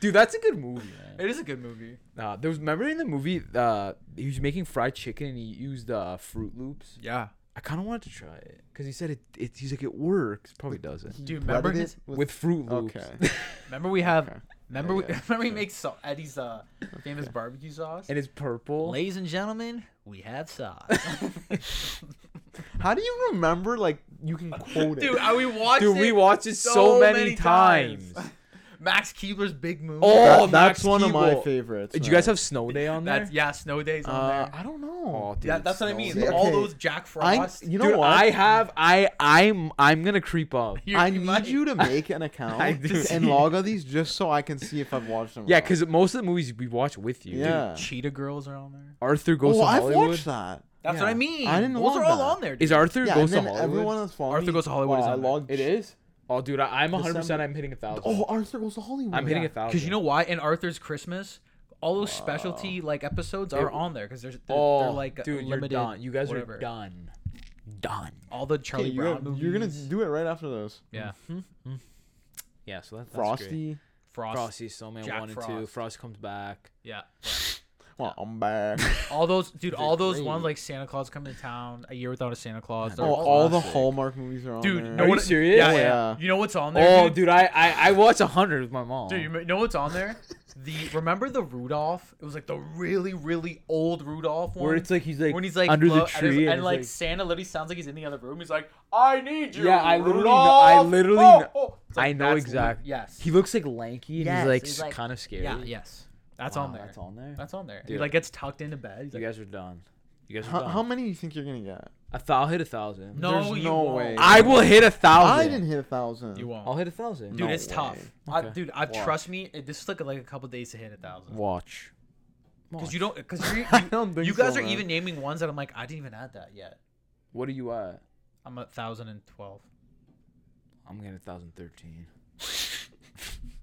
S3: dude. That's a good movie, man.
S1: It is a good movie.
S3: Nah, Uh, there was remember in the movie, uh, he was making fried chicken and he used uh, Fruit Loops.
S1: Yeah.
S3: I kind of wanted to try it because he said it, it. He's like, it works. Probably doesn't.
S1: Do you remember
S2: Breaded
S1: his?
S2: it
S3: With Fruit Loops.
S2: Okay.
S1: Remember we have.
S2: Okay.
S1: Remember we
S2: Yeah, yeah,
S1: remember we make so- Eddie's uh famous barbecue sauce.
S3: and it's purple.
S1: Ladies and gentlemen, we have sauce.
S2: How do you remember? Like you can quote
S1: Dude,
S2: it.
S1: I, we watched
S3: Dude,
S1: it.
S3: we watched it so, many, times.
S1: Max Keebler's Big Moon.
S3: Oh,
S2: That- that's
S3: Max
S2: one of my
S3: Keeble.
S2: favorites.
S3: Did you
S2: man.
S3: guys have Snow Day on there?
S1: that's yeah. Snow Days on
S2: Uh,
S1: there.
S2: I don't
S3: Oh,
S2: know.
S3: dude,
S1: That, that's what I
S3: Snow
S1: mean.
S3: Day.
S1: All
S2: Okay.
S1: those Jack
S2: I,
S1: Frost.
S2: you know
S3: Dude,
S2: what?
S3: I have. I I'm I'm gonna creep up.
S1: You're-
S2: I need
S1: might-
S2: you to make an account
S3: I do.
S2: and log all these just so I can see if I've watched them. or
S3: Yeah,
S2: not.
S3: because most of the movies we watch with you. dude.
S2: yeah.
S1: Cheetah Girls are on there.
S3: Arthur goes
S2: Oh,
S3: to
S2: I've
S3: Hollywood.
S2: watched that.
S1: That's
S3: Yeah.
S1: what I mean.
S2: I didn't
S1: Those
S2: log
S1: are all
S2: that.
S1: on there. Dude.
S3: Is Arthur
S2: Yeah,
S3: goes
S2: and then
S3: to Hollywood?
S2: everyone that's following
S1: Arthur
S2: me-
S1: Goes to Hollywood
S2: wow,
S1: is
S2: I
S1: on there.
S2: logged.
S3: It is. Oh, dude, I, I'm 100. percent
S2: December.
S3: I'm hitting a thousand.
S2: Oh, Arthur Goes to Hollywood.
S3: I'm hitting a thousand.
S1: Because you know why? And Arthur's Christmas, all those specialty like episodes are on there because there's they're,
S3: Oh,
S1: they're like uh,
S3: dude,
S1: limited.
S3: you're done. You guys
S1: whatever.
S3: are done. Done.
S1: All the
S2: Okay,
S1: Charlie
S2: you
S1: Brown
S2: got-
S1: movies.
S2: you're gonna do it right after this.
S1: yeah,
S3: Yeah, so that, that's Great.
S2: Frosty.
S1: Frost.
S3: Frosty, Snowman
S1: Jack
S3: one and two.
S1: Frost.
S3: Frost comes back.
S1: Yeah,
S2: Well, I'm back.
S1: all those dude, all those ones
S3: great.
S1: like Santa Claus coming to town, A Year Without a Santa Claus.
S2: oh,
S1: they're all-
S2: all the
S3: classic.
S2: Hallmark movies are on
S1: dude,
S2: there.
S1: know
S3: Are you
S1: what-
S3: serious?
S1: Yeah, yeah,
S2: Yeah.
S1: yeah. You know what's on there?
S3: Oh, dude, I I, I watched hundred with my mom.
S1: Dude, you m- know what's on there? The remember the Rudolph? It was like the really, really old Rudolph one.
S3: where it's like he's like
S1: when he's like
S3: under
S1: low-
S3: the
S1: and it's-
S3: tree
S1: and,
S3: it's,
S1: like, Santa literally sounds like he's in the other room. He's like, "I need you."
S3: Yeah, I literally kn- I
S1: Rudolph."
S3: literally
S1: Oh,
S3: kn-
S1: oh. It's
S3: I
S1: like,
S3: know
S1: that's Lu-
S3: exactly.
S1: Yes,
S3: He looks like lanky and
S1: Yes,
S3: he's like,
S1: he's, like-
S3: kind of scary.
S1: yeah, yes, that's
S3: Wow,
S1: on there.
S3: That's on there.
S1: That's on there. He
S3: Dude.
S1: like gets tucked into bed. He's
S3: You
S1: like,
S3: guys are done. You guys are
S2: How,
S3: done.
S2: how many do you think you're gonna get?
S3: A thou- I'll hit a thousand.
S1: no,
S2: There's
S1: you
S2: no
S1: won't.
S2: way.
S3: I will hit a thousand.
S2: I didn't hit a thousand.
S1: You won't.
S3: I'll hit a thousand.
S1: dude,
S2: No
S1: it's tough.
S2: way.
S1: I,
S3: Okay.
S1: dude, I
S2: Why?
S1: trust me. It, this took like a couple days to hit a thousand.
S3: Watch.
S1: Because you don't. Because you,
S2: I
S1: you,
S2: don't think
S1: you guys
S2: so,
S1: are
S2: man.
S1: even naming ones that I'm like, I didn't even add that yet.
S3: What are you at?
S1: I'm at thousand and twelve.
S3: I'm getting a thousand thirteen.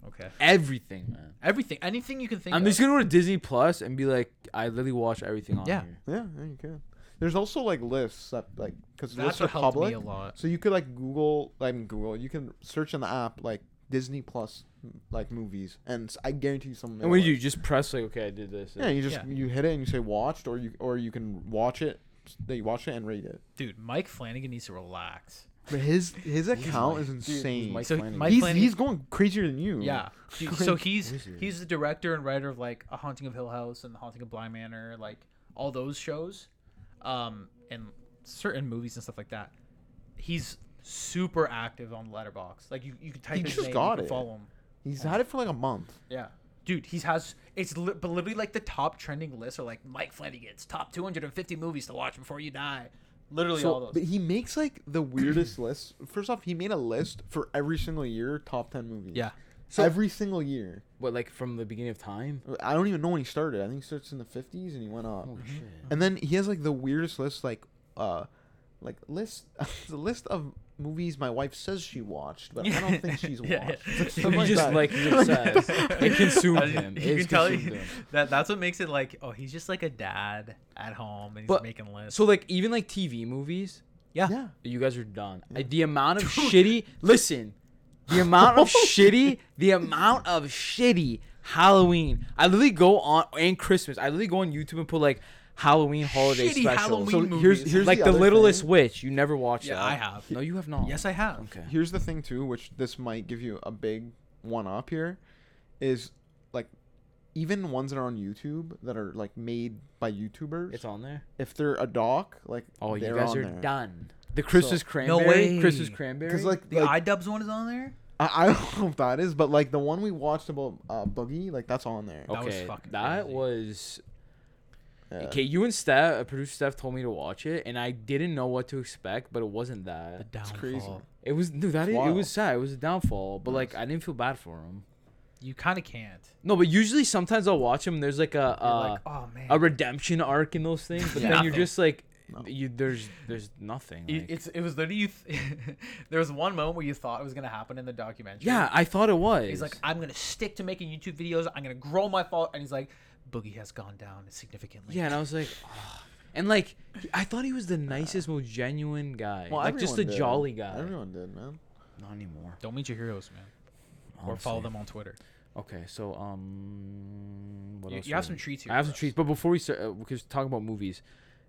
S1: Okay.
S3: Everything, man.
S1: Everything, anything you can think.
S3: I'm
S1: of.
S3: just gonna go to Disney Plus and be like, I literally watch everything on
S1: Yeah.
S3: here.
S2: Yeah, yeah, you can. There's also like lists that like because
S1: That's
S2: lists are
S1: what helped
S2: public,
S1: me a lot.
S2: so you could like Google, I mean Google, you can search in the app like Disney Plus like movies, and s- I guarantee you some.
S3: And what do you do? Just press like, okay, I did this.
S2: Yeah, you just
S1: Yeah.
S2: you hit it and you say watched, or you or you can watch it. s- They watch it and rate it.
S1: Dude, Mike Flanagan needs to relax.
S2: But his his account is
S3: he's
S2: insane.
S3: Mike
S1: So
S3: Flanagan.
S1: Mike
S2: he's
S1: Flanagan-
S2: he's going crazier than you.
S1: Yeah. Dude, so he's
S3: wizard.
S1: he's the director and writer of like A Haunting of Hill House and The Haunting of Blind Manor, like all those shows, um, and certain movies and stuff like that. He's super active on Letterbox. Like you, you can type
S2: He
S1: his
S2: just
S1: name,
S2: got
S1: you can
S2: it.
S1: follow him.
S2: he's had it for like a month.
S1: Yeah. Dude, he's has it's li- but literally like the top trending lists are like Mike Flanagan's top 250 movies to watch before you die. Literally all
S2: So,
S1: those.
S2: but he makes like the weirdest lists. First off, he made a list for every single year top ten movies.
S1: yeah.
S3: So-
S2: every single year.
S3: What like from the beginning of time?
S2: I don't even know when he started. I think he starts in the fifties and he went up.
S3: Holy
S1: Mm-hmm.
S3: shit.
S2: And then he has like the weirdest list, like uh, like list the list of movies my wife says she watched, but I don't think she's watched.
S1: Yeah, yeah.
S2: Something
S3: He
S1: Like
S3: just
S2: that.
S3: like he's obsessed. it
S1: I
S3: consumed
S1: just-
S3: him.
S1: You
S3: It
S1: can tell
S3: consumed
S1: he,
S3: him.
S1: that that's what makes it like, oh, he's just like a dad at home and he's
S3: But-
S1: making lists.
S3: So like even like TV movies,
S2: yeah.
S3: you guys are done. Like, the amount of shitty. Listen, The amount of shitty, the amount of shitty Halloween. I literally go on and Christmas. I literally go on YouTube and put like Halloween holiday
S1: Shitty
S3: specials.
S1: Halloween
S2: So here's
S1: movies.
S2: here's
S3: like the,
S2: other
S3: Littlest
S2: thing.
S3: Witch. You never watched
S1: Yeah,
S3: that.
S1: I have.
S3: No, you have not.
S1: Yes, I have.
S3: Okay.
S2: Here's the thing too, which this might give you a big one up here, is like even ones that are on YouTube that are like made by YouTubers.
S3: It's on there.
S2: if they're a doc, like
S3: Oh,
S2: they're
S3: you guys
S2: on
S3: are
S2: there.
S3: done. The Christmas
S1: No
S3: cranberry.
S1: way.
S3: Christmas cranberry.
S2: Because like,
S1: The
S2: like,
S1: iDubbbz one is on there.
S2: I, I don't know if that is, but like the one we watched about uh, Boogie, like that's on there.
S1: that was
S3: Okay,
S1: fucking
S3: that
S1: crazy.
S3: was
S2: Yeah.
S3: Okay, you and Steph, uh, producer Steph, told me to watch it, and I didn't know what to expect, but it wasn't that.
S1: Downfall.
S2: crazy.
S3: It was dude, that
S2: It's
S3: is- it
S2: wild.
S3: was sad. It was a downfall, but like
S2: Yes.
S3: I didn't feel bad for him.
S1: You kind of can't.
S3: No, but usually sometimes I'll watch him. And there's like a
S1: You're
S3: uh,
S1: like, oh man.
S3: a redemption arc in those things, but then
S1: Nothing.
S3: you're just like,
S2: No.
S3: you there's there's nothing.
S1: It-
S3: like-
S1: it's it was literally you th- there was one moment where you thought it was gonna happen in the documentary.
S3: yeah, I thought it was.
S1: he's like, I'm gonna stick to making YouTube videos. I'm gonna grow my fault, and he's like, Boogie has gone down significantly.
S3: yeah, and I was like, "Ah." and like he- I thought he was the nicest, most genuine guy, like just a
S2: everyone did.
S3: jolly guy.
S2: Everyone did, man.
S3: Not anymore.
S1: Don't meet your heroes, man, or follow them on Twitter.
S3: Okay, so um, what
S1: You-
S3: else
S1: you have
S3: was
S1: some
S3: it?
S1: treats here
S3: I have
S1: for
S3: some
S1: us.
S3: treats, but before we start, uh, because we're talking about movies,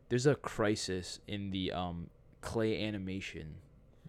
S3: there's a crisis in the um clay animation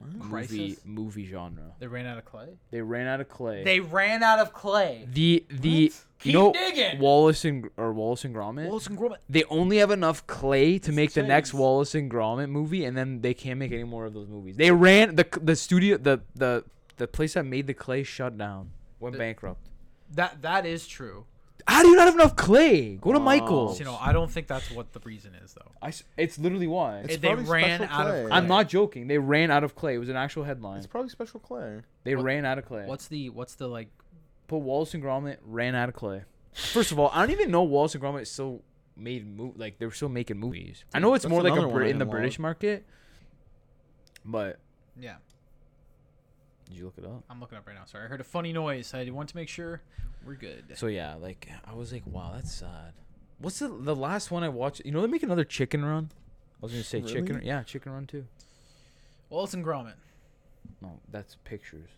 S3: movie
S1: Crisis.
S3: movie genre.
S1: They ran out of clay.
S3: They ran out of clay.
S1: They ran out of clay.
S3: the the
S1: What?
S3: you
S1: Keep
S3: know
S1: digging.
S3: Wallace and or Wallace and Gromit.
S1: Wallace and Gromit.
S3: They only have enough clay to
S2: It's
S3: make the next
S2: Chinese.
S3: Wallace and Gromit movie, and then they can't make any more of those movies. They ran the the studio the the the place that made the clay shut down, went
S1: The-
S3: bankrupt.
S1: That that is true.
S3: How do you not have enough clay? Go to
S2: Wow.
S3: Michael's.
S1: You know, I don't think that's what the reason is though.
S3: I s it's literally why.
S2: It's
S1: It- they
S2: probably
S1: ran
S2: special
S1: out of
S2: clay.
S1: clay.
S3: I'm not joking. They ran out of clay. It was an actual headline.
S2: It's probably special clay.
S3: They
S1: What-
S3: ran out of clay.
S1: What's the what's the like?
S3: But Wallace and Gromit ran out of clay. First of all, I don't even know Wallace and Gromit still made mo- like they were still making movies. I know it's
S2: That's
S3: more like a
S2: another one
S3: Brit-
S2: I
S3: in the
S2: didn't
S3: British market. But
S1: Yeah,
S3: did you look it up?
S1: I'm looking up right now. Sorry, I heard a funny noise. I want to make sure we're good.
S3: So yeah, like I was like, wow, that's sad. What's the the last one I watched? You know, they make another Chicken Run. I was gonna say Chicken.
S2: Really?
S3: Yeah, Chicken Run too.
S1: Wallace and Gromit.
S3: No, that's pictures.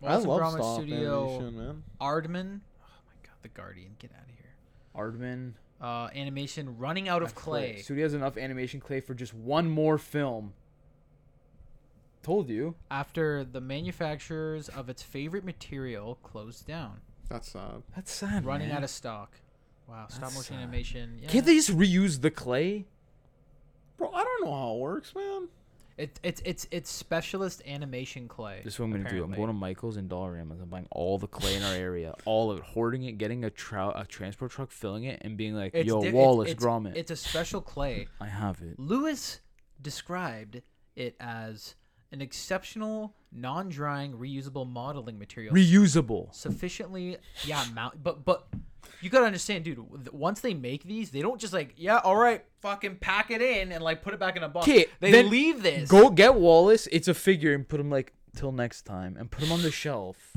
S1: Wallace
S2: I love
S1: and Gromit
S2: stop
S1: Studio.
S2: animation, man.
S1: Ardman. Oh my god, the Guardian. Get out of here.
S3: Ardman.
S1: Uh, animation running out of
S3: Of clay.
S1: clay.
S3: Studio has enough animation clay for just one more film. Told you.
S1: after the manufacturers of its favorite material closed down,
S2: That's uh, sad.
S3: That's sad.
S1: running out of stock. Wow, stop
S3: That's
S1: motion
S3: sad.
S1: animation. Yeah.
S3: Can't they just reuse the clay?
S2: Bro, I don't know how it works, man.
S1: It, it's it's it's specialist animation clay.
S3: This is what I'm gonna do. I'm
S1: apparently.
S3: going to Michael's and Dollarama's. I'm buying all the clay in our area, all of it, hoarding it, getting a trout, a transport truck, filling it, and being like,
S1: It's
S3: "Yo,
S1: di- it's-
S3: Wallace
S1: it's,
S3: Gromit,
S1: It's a special clay.
S3: I have it."
S1: Lewis described it as an exceptional, non-drying, reusable modeling material.
S3: Reusable.
S1: sufficiently yeah mount but but you gotta understand dude th- once they make these they don't just like yeah all right fucking pack it in and like put it back in a box
S3: Okay,
S1: they
S3: then
S1: leave this
S3: Go get Wallace. It's a figure, and put him like till next time, and put him on the shelf.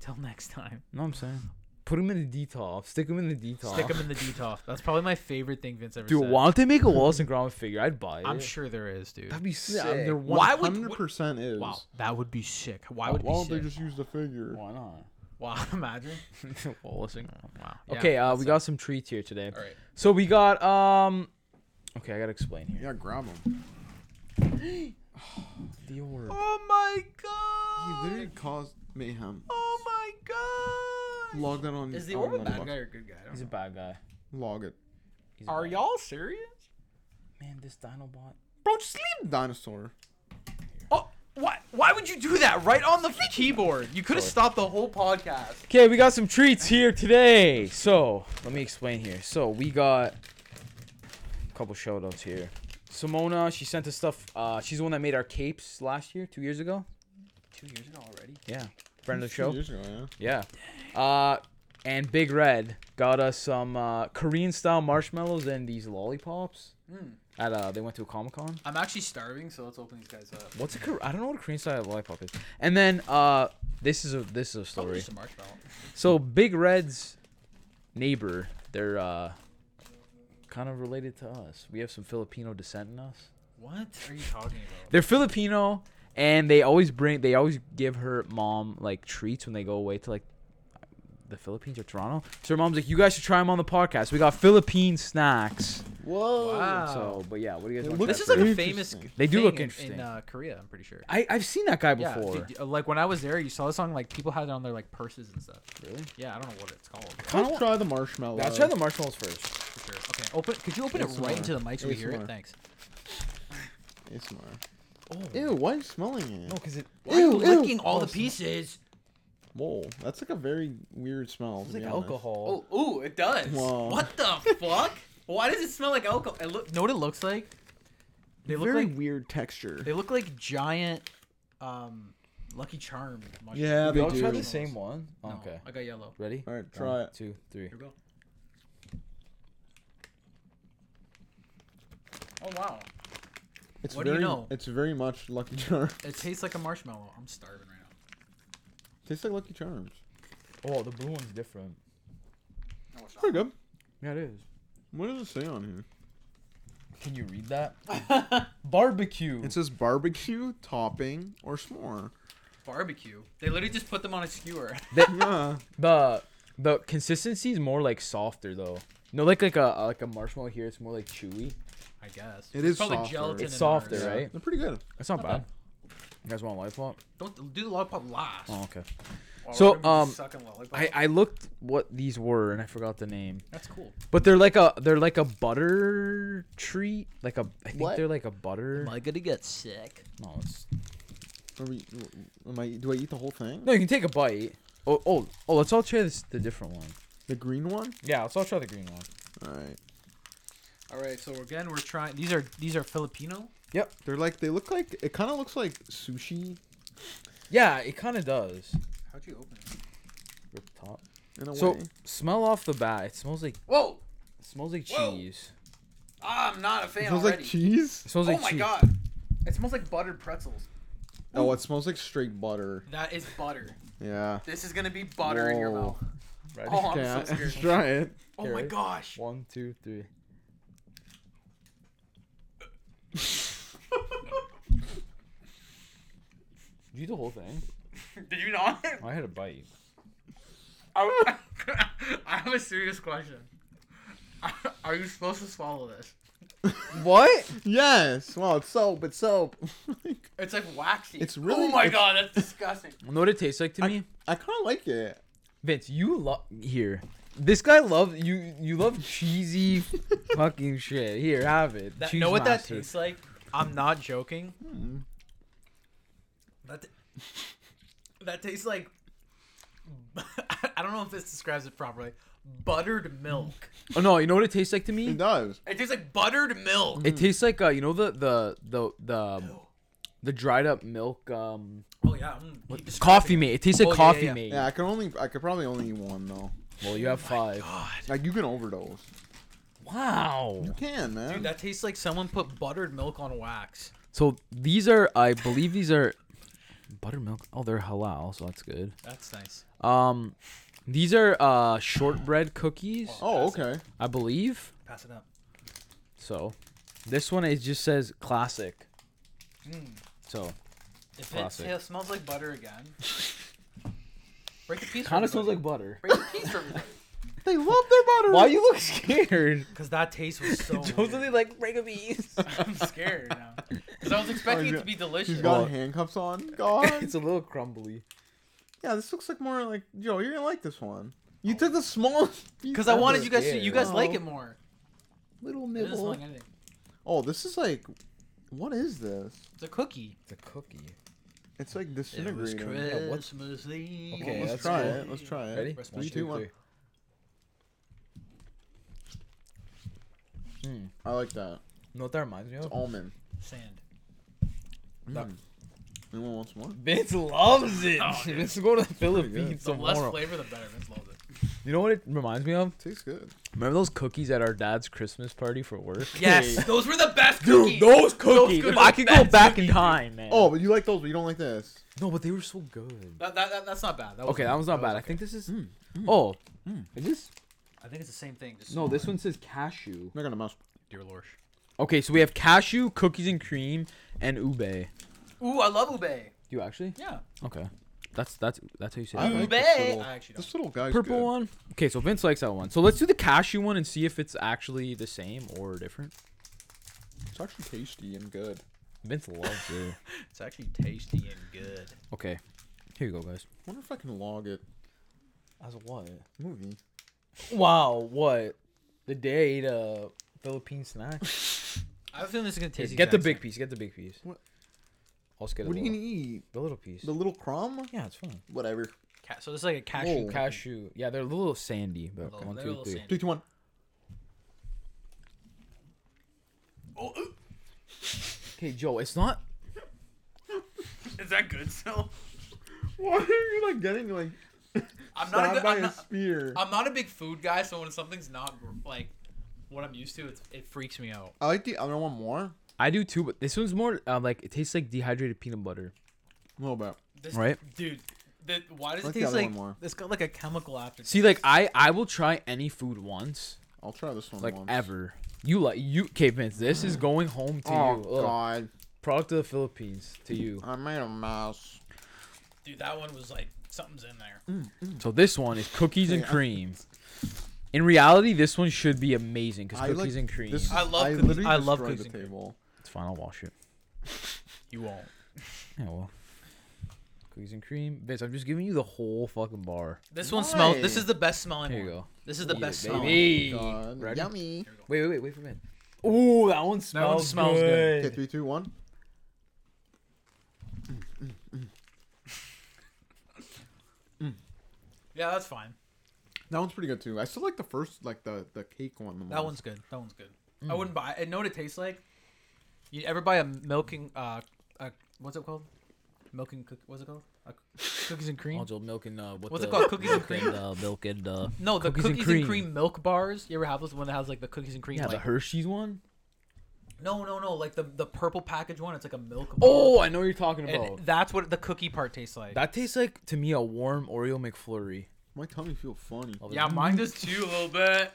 S1: till next time
S3: know what I'm saying? Put him in the detolf. Stick him in the detolf.
S1: stick them in the detolf that's probably my favorite thing vince ever
S3: Dude,
S1: said
S3: why don't they make a Wallace and Gromit figure? I'd buy it.
S1: i'm sure there is dude
S3: That'd be sick.
S2: Yeah, they're
S1: Why
S2: one
S1: would-
S2: hundred percent is.
S1: wow that would be sick why
S2: Why
S1: would it be
S2: don't they
S1: sick?
S2: just use the figure?
S3: Why not?
S1: wow imagine
S3: Wallace and
S1: wow
S3: Okay,
S1: yeah,
S3: uh, we
S1: that's
S3: got some treats here today.
S1: it. all right
S3: So we got um. Okay, I gotta explain here.
S2: Yeah, grab him.
S3: Dior.
S1: oh my
S2: He
S1: god
S2: literally caused mayhem.
S1: oh my god
S2: Log that on.
S1: is the
S2: on
S1: orb a
S2: Letterboxd.
S1: bad guy or a good guy I don't
S3: He's a
S1: know.
S3: bad guy.
S2: Log it.
S3: He's a
S1: are
S3: bad-
S1: y'all serious
S3: Man, this Dinobot.
S2: Bro, just leave the dinosaur.
S1: Oh, why? Why would you do that right on the keyboard? You could have stopped the whole podcast.
S3: Okay, we got some treats here today. So let me explain here. So we got a couple shout outs here. Simona, she sent us stuff. Uh, she's the one that made our capes last year, two years ago.
S1: Two years ago already.
S3: Yeah, friend of the
S2: Two
S3: show.
S2: years ago, yeah.
S3: Yeah. Uh, and Big Red got us some uh, Korean style marshmallows and these lollipops. At uh, they went to a Comic Con.
S1: Hmm. I'm actually starving, so let's open these guys up.
S3: What's a Kor- I don't know what a Korean style lollipop is. And then uh, this is a this is a
S1: Probably
S3: story.
S1: just a marshmallow.
S3: So Big Red's neighbor, they're uh, kind of related to us. We have some Filipino descent in us.
S1: What are you talking about?
S3: They're Filipino, and they always bring they always give her mom like treats when they go away to like the Philippines or Toronto. So her mom's like, "You guys should try them on the podcast. We got Philippine snacks."
S2: Whoa.
S1: Wow.
S3: So, but yeah, what do you guys?
S2: It
S3: want to
S2: looks
S3: try
S1: This is
S3: for
S1: like
S3: it?
S1: a
S2: Interesting.
S1: famous.
S3: They do
S1: thing
S3: look
S1: in-
S3: interesting.
S1: in uh, Korea. I'm pretty sure.
S3: I I've seen that guy
S1: Yeah,
S3: before.
S1: did- uh, like when I was there, you saw this on like people had it on their like purses and stuff.
S3: Really?
S1: Yeah, I don't know what it's called but
S3: Kinda
S2: Let's try the marshmallow.
S3: Let's try the marshmallows first.
S1: for sure. Okay, open. Could you open it
S2: ASMR.
S1: right into the mic so we hear it?
S2: ASMR.
S1: Thanks.
S2: ASMR.
S3: Oh.
S2: Ew, why are you smelling Oh,
S1: Oh.
S2: it?
S3: because it.
S1: Why are you
S2: Ew, ew.
S1: licking all
S2: Oh,
S1: the
S2: sm-
S1: pieces?
S2: Whoa, that's like a very weird smell. to
S3: It's like
S2: be honest.
S3: alcohol.
S1: Oh, ooh, it does.
S2: Whoa.
S1: What the fuck? Why does it smell like alcohol? It look, know what it looks like? They look
S2: very
S1: like
S2: weird texture.
S1: they look like giant, um, Lucky Charm. mushrooms.
S2: Yeah,
S3: we
S2: they
S3: all
S2: do.
S3: try the same one.
S1: No,
S3: okay.
S1: I got yellow.
S3: Ready?
S2: All right, try
S3: One,
S2: it.
S3: Two, three.
S1: Here we go. Oh wow!
S2: It's
S1: What do you
S2: very,
S1: know?
S2: It's very much Lucky Charms.
S1: It tastes like a marshmallow. I'm starving right now.
S2: Tastes like Lucky Charms.
S3: Oh, the blue one's different.
S1: No, it's
S2: It's pretty good.
S3: Yeah, it is.
S2: What does it say on here?
S3: Can you read that?
S1: not.
S3: Barbecue.
S2: It says barbecue, topping, or s'more.
S1: Barbecue. They literally just put them on a skewer.
S2: yeah.
S3: the the consistency is more like softer though. No, like like a like a marshmallow here. It's more like chewy.
S1: I guess.
S2: It
S1: It's
S2: is softer.
S3: It's
S1: in
S3: softer,
S1: ours.
S2: Yeah,
S3: right?
S2: They're pretty good.
S3: That's not,
S1: Not
S3: bad.
S1: bad.
S3: You guys want a life pop?
S1: Don't do the lollipop last.
S3: Oh, okay.
S1: Or
S3: So,
S1: we're gonna be
S3: um,
S1: sucking lollipop.
S3: I I looked what these were and I forgot the name.
S1: that's cool.
S3: But they're like a they're like a butter treat. Like a I think
S2: What?
S3: they're like a butter.
S1: I gonna get sick?
S3: No, it's,
S2: Are we, am I, do I eat the whole thing?
S3: no, you can take a bite. Oh oh oh. Let's all try this the different one.
S2: The green one?
S3: Yeah, let's all try the green one.
S2: All right.
S1: All right. So again, we're trying. These are these are Filipino.
S2: They're like, they look like, it kind of looks like sushi
S3: Yeah, it kind of does.
S1: How'd you open it?
S3: Rip the top.
S2: in a
S3: So
S2: way.
S3: smell off the bat. It smells like
S1: Whoa!
S3: it smells like
S1: Whoa.
S3: cheese.
S1: I'm not a
S2: It
S1: fan
S2: smells like cheese.
S3: It smells like cheese.
S1: Oh god! It smells like buttered pretzels.
S2: Oh, it smells like straight butter.
S1: That is butter.
S2: Yeah.
S1: This is gonna be
S2: Whoa.
S3: Ready?
S1: Oh, I'm
S2: Okay,
S1: so scared.
S2: let's try it.
S1: Oh
S3: Okay,
S1: my
S3: ready?
S1: gosh!
S3: One, two, three. Did you eat the whole thing? Oh,
S1: Did you not?
S3: I had a bite.
S1: I I have a serious question. Are you supposed to swallow this?
S3: What?
S2: Yes. Well, it's soap. It's soap.
S1: It's like waxy.
S2: It's really-
S1: Oh my
S2: it's-
S1: god, that's disgusting.
S3: You know what it tastes like to me?
S2: I kind of like it.
S3: Vince, you love here. This guy loves you. You love cheesy fucking shit. Here, have it.
S1: That,
S3: Cheese
S1: know what that
S3: master. Hmm.
S1: tastes like? I'm not joking.
S2: Mm.
S1: That t- that tastes like I don't know if this describes it properly. Buttered milk.
S3: Oh no, you know what it tastes like to
S2: It
S3: me?
S2: does.
S1: It tastes like buttered milk.
S3: It tastes like uh, you know the the the the the dried up milk um
S1: Oh yeah. mm, keep describing
S3: coffee
S1: it.
S3: mate. It tastes like
S1: Oh, yeah, yeah,
S3: coffee
S1: yeah.
S3: mate.
S2: Yeah, I can only, I could probably only eat one though.
S3: Well, you have five.
S1: God,
S2: Like you can overdose.
S3: Wow.
S2: You can, man.
S1: dude, that tastes like someone put buttered milk on wax.
S3: So these are, I believe these are buttermilk. Oh, they're halal, so that's good.
S1: That's nice.
S3: Um, these are uh shortbread cookies,
S2: oh, okay.
S3: I believe.
S1: Pass it up.
S3: So this one it just says classic.
S1: Mm.
S3: So
S1: If it
S3: Classic.
S1: ta- smells like butter again, break a piece. for
S3: kind of smells
S1: everybody.
S3: like butter.
S1: Break a piece for everybody.
S2: They love their butter.
S3: Why you look scared?
S1: Because that taste was so.
S3: Supposedly
S1: weird.
S3: like break a piece.
S1: I'm scared now. Because I was expecting it to be
S2: She's
S1: delicious.
S2: got
S3: Well-
S2: handcuffs on. God.
S3: it's a little crumbly.
S2: yeah, this looks like more like Joe. You're gonna like this one. You took the smallest. piece
S1: Because I wanted
S2: ever.
S1: you guys to.
S3: scared.
S1: You guys like
S2: No.
S1: it more.
S2: little
S1: It doesn't smell
S2: nibble.
S1: like anything.
S2: Oh, this is like, what is this?
S1: It's a cookie.
S3: It's a cookie.
S2: It's like
S1: It was
S2: disintegrating.
S3: Yeah, what-
S1: Christmas Eve.
S3: Okay,
S2: let's
S3: that's
S2: try
S3: cool.
S2: it. Let's try it.
S3: Ready?
S1: Rest
S2: Three, two, one.
S1: Hmm.
S3: Mm.
S2: I like that.
S3: You know what that reminds me
S2: It's
S3: of?
S2: almond.
S1: Sand.
S3: That-
S2: Mm. Anyone wants more?
S3: Vince loves it.
S1: Oh, dude.
S3: Let's go to the
S2: good.
S3: Philippines
S1: The less
S3: tomorrow.
S1: flavor, the better. Vince loves it.
S3: You know what it reminds me of?
S2: Tastes good.
S3: Remember those cookies at our dad's Christmas party for work?
S1: Yes, those were the best cookies.
S3: Dude, those cookies.
S1: good
S3: if I could go
S1: best
S3: back in
S1: cookies.
S3: time, man.
S2: Oh, but you like those, but you don't like this.
S3: no, but they were so good.
S1: That, that, that, that's not bad. That was
S3: Okay, that one's not bad. I
S1: okay.
S3: think this is.
S2: Mm,
S3: Oh, is this?
S1: I think it's the same thing. Just
S3: No, this
S1: smaller.
S3: one says cashew.
S2: I'm not gonna mouse.
S1: Dear Lorsh.
S3: Okay, so we have cashew, cookies and cream, and ube.
S1: Ooh, I love Ube.
S3: You actually?
S1: Yeah.
S3: Okay. That's that's that's how you say
S2: I
S3: that.
S2: like this
S1: Ube.
S2: little,
S1: I actually don't.
S2: this little guy's
S3: Purple
S2: good.
S3: one. Okay, so Vince likes that one. So let's do the cashew one and see if it's actually the same or different.
S2: It's actually tasty and good.
S3: Vince loves it.
S1: It's actually tasty and good.
S3: Okay. Here you go, guys.
S2: I wonder if I can log it.
S3: As what?
S2: Movie.
S3: Wow, what? The day ate a Philippine snack.
S1: I have a feeling this is gonna taste.
S3: get the
S1: exact
S3: big
S1: same.
S3: piece. Get the big piece.
S2: What?
S3: I'll just get
S2: What
S3: a
S2: are you
S3: little,
S2: gonna eat?
S3: the little piece.
S2: The little crumb?
S3: yeah, it's fine.
S2: Whatever.
S1: Ca- so this is like a cashew.
S2: Whoa.
S3: Cashew. Yeah, they're a little sandy, but
S1: Little-
S3: one,
S1: they're a
S3: two,
S1: little
S3: three.
S1: sandy.
S2: Three, two, one.
S1: Oh, ooh,
S3: Okay, Joe, it's not.
S1: is that good still?
S2: Why are you like getting like
S1: I'm not. A
S2: stabbed
S1: good,
S2: by
S1: I'm,
S2: a
S1: not
S2: spear? i
S1: I'm not a big food guy, so when something's not like what I'm used to, it's, it freaks me out.
S2: like the other one more.
S3: I do too, but this one's more uh, like it tastes like dehydrated peanut butter.
S2: A little bit.
S1: This,
S3: Right.
S1: dude. The, why does
S2: Like
S1: it
S2: the
S1: taste
S2: other one
S1: like?
S2: more.
S1: It's got like a chemical aftertaste.
S3: See, like I, I will try any food once,
S2: I'll try this one
S3: like
S2: once.
S3: ever. You like you, okay, Vince? This is going home to
S2: Oh
S3: you. Ugh.
S2: god,
S3: Product of the Philippines to you.
S2: I made a mess.
S1: Dude, that one was like something's in there.
S3: So this one is cookies and
S2: Yeah.
S3: cream. In reality, this one should be amazing because
S2: I
S3: cookies
S2: like-
S3: and cream.
S2: This,
S1: I love cookies-
S2: literally
S1: I love
S2: destroyed
S1: cookies
S2: the
S1: and cream.
S2: table.
S3: It's fine. I'll wash it.
S1: You won't.
S3: Yeah, well. Cookies and cream, Vince. I'm just giving you the whole fucking bar.
S1: This one smells.
S2: Why?
S1: This is the best smelling
S3: Here you
S1: one.
S3: go.
S1: This is the
S3: Eat
S1: best
S3: it,
S1: smelling. one.
S3: baby.
S2: Oh, God,
S3: Ready?
S2: yummy.
S3: Wait, wait, wait, wait for a minute. Ooh, that one smells.
S1: smells good.
S2: Okay, three, two, one.
S1: Yeah, that's fine.
S2: That one's pretty good too. I still like the first, like the the cake one. The
S1: That one's good. That one's good. I wouldn't buy. I know what it tastes like. You ever buy a milking? Uh, a, what's it called? Milking cook. What's it called? A, cookies and cream.
S3: Also, milk and uh, what
S1: What's it
S3: the-
S1: called? Cookies and
S3: milk
S1: cream?
S3: uh, milk and uh,
S1: No, the
S3: Cookies
S1: cookies,
S3: and
S1: and,
S3: cream.
S1: cream. milk bars. You ever have this one that has like the cookies and cream?
S3: yeah, the
S1: like,
S3: Hershey's one.
S1: no, no, no. Like the the purple package one. It's like a milk. Bar.
S3: Oh, I know what you're talking
S1: and
S3: about.
S1: that's what the cookie part tastes like.
S3: That tastes like to me a warm Oreo McFlurry.
S2: My tummy feel funny.
S3: Love it.
S1: yeah, mine does too a little bit.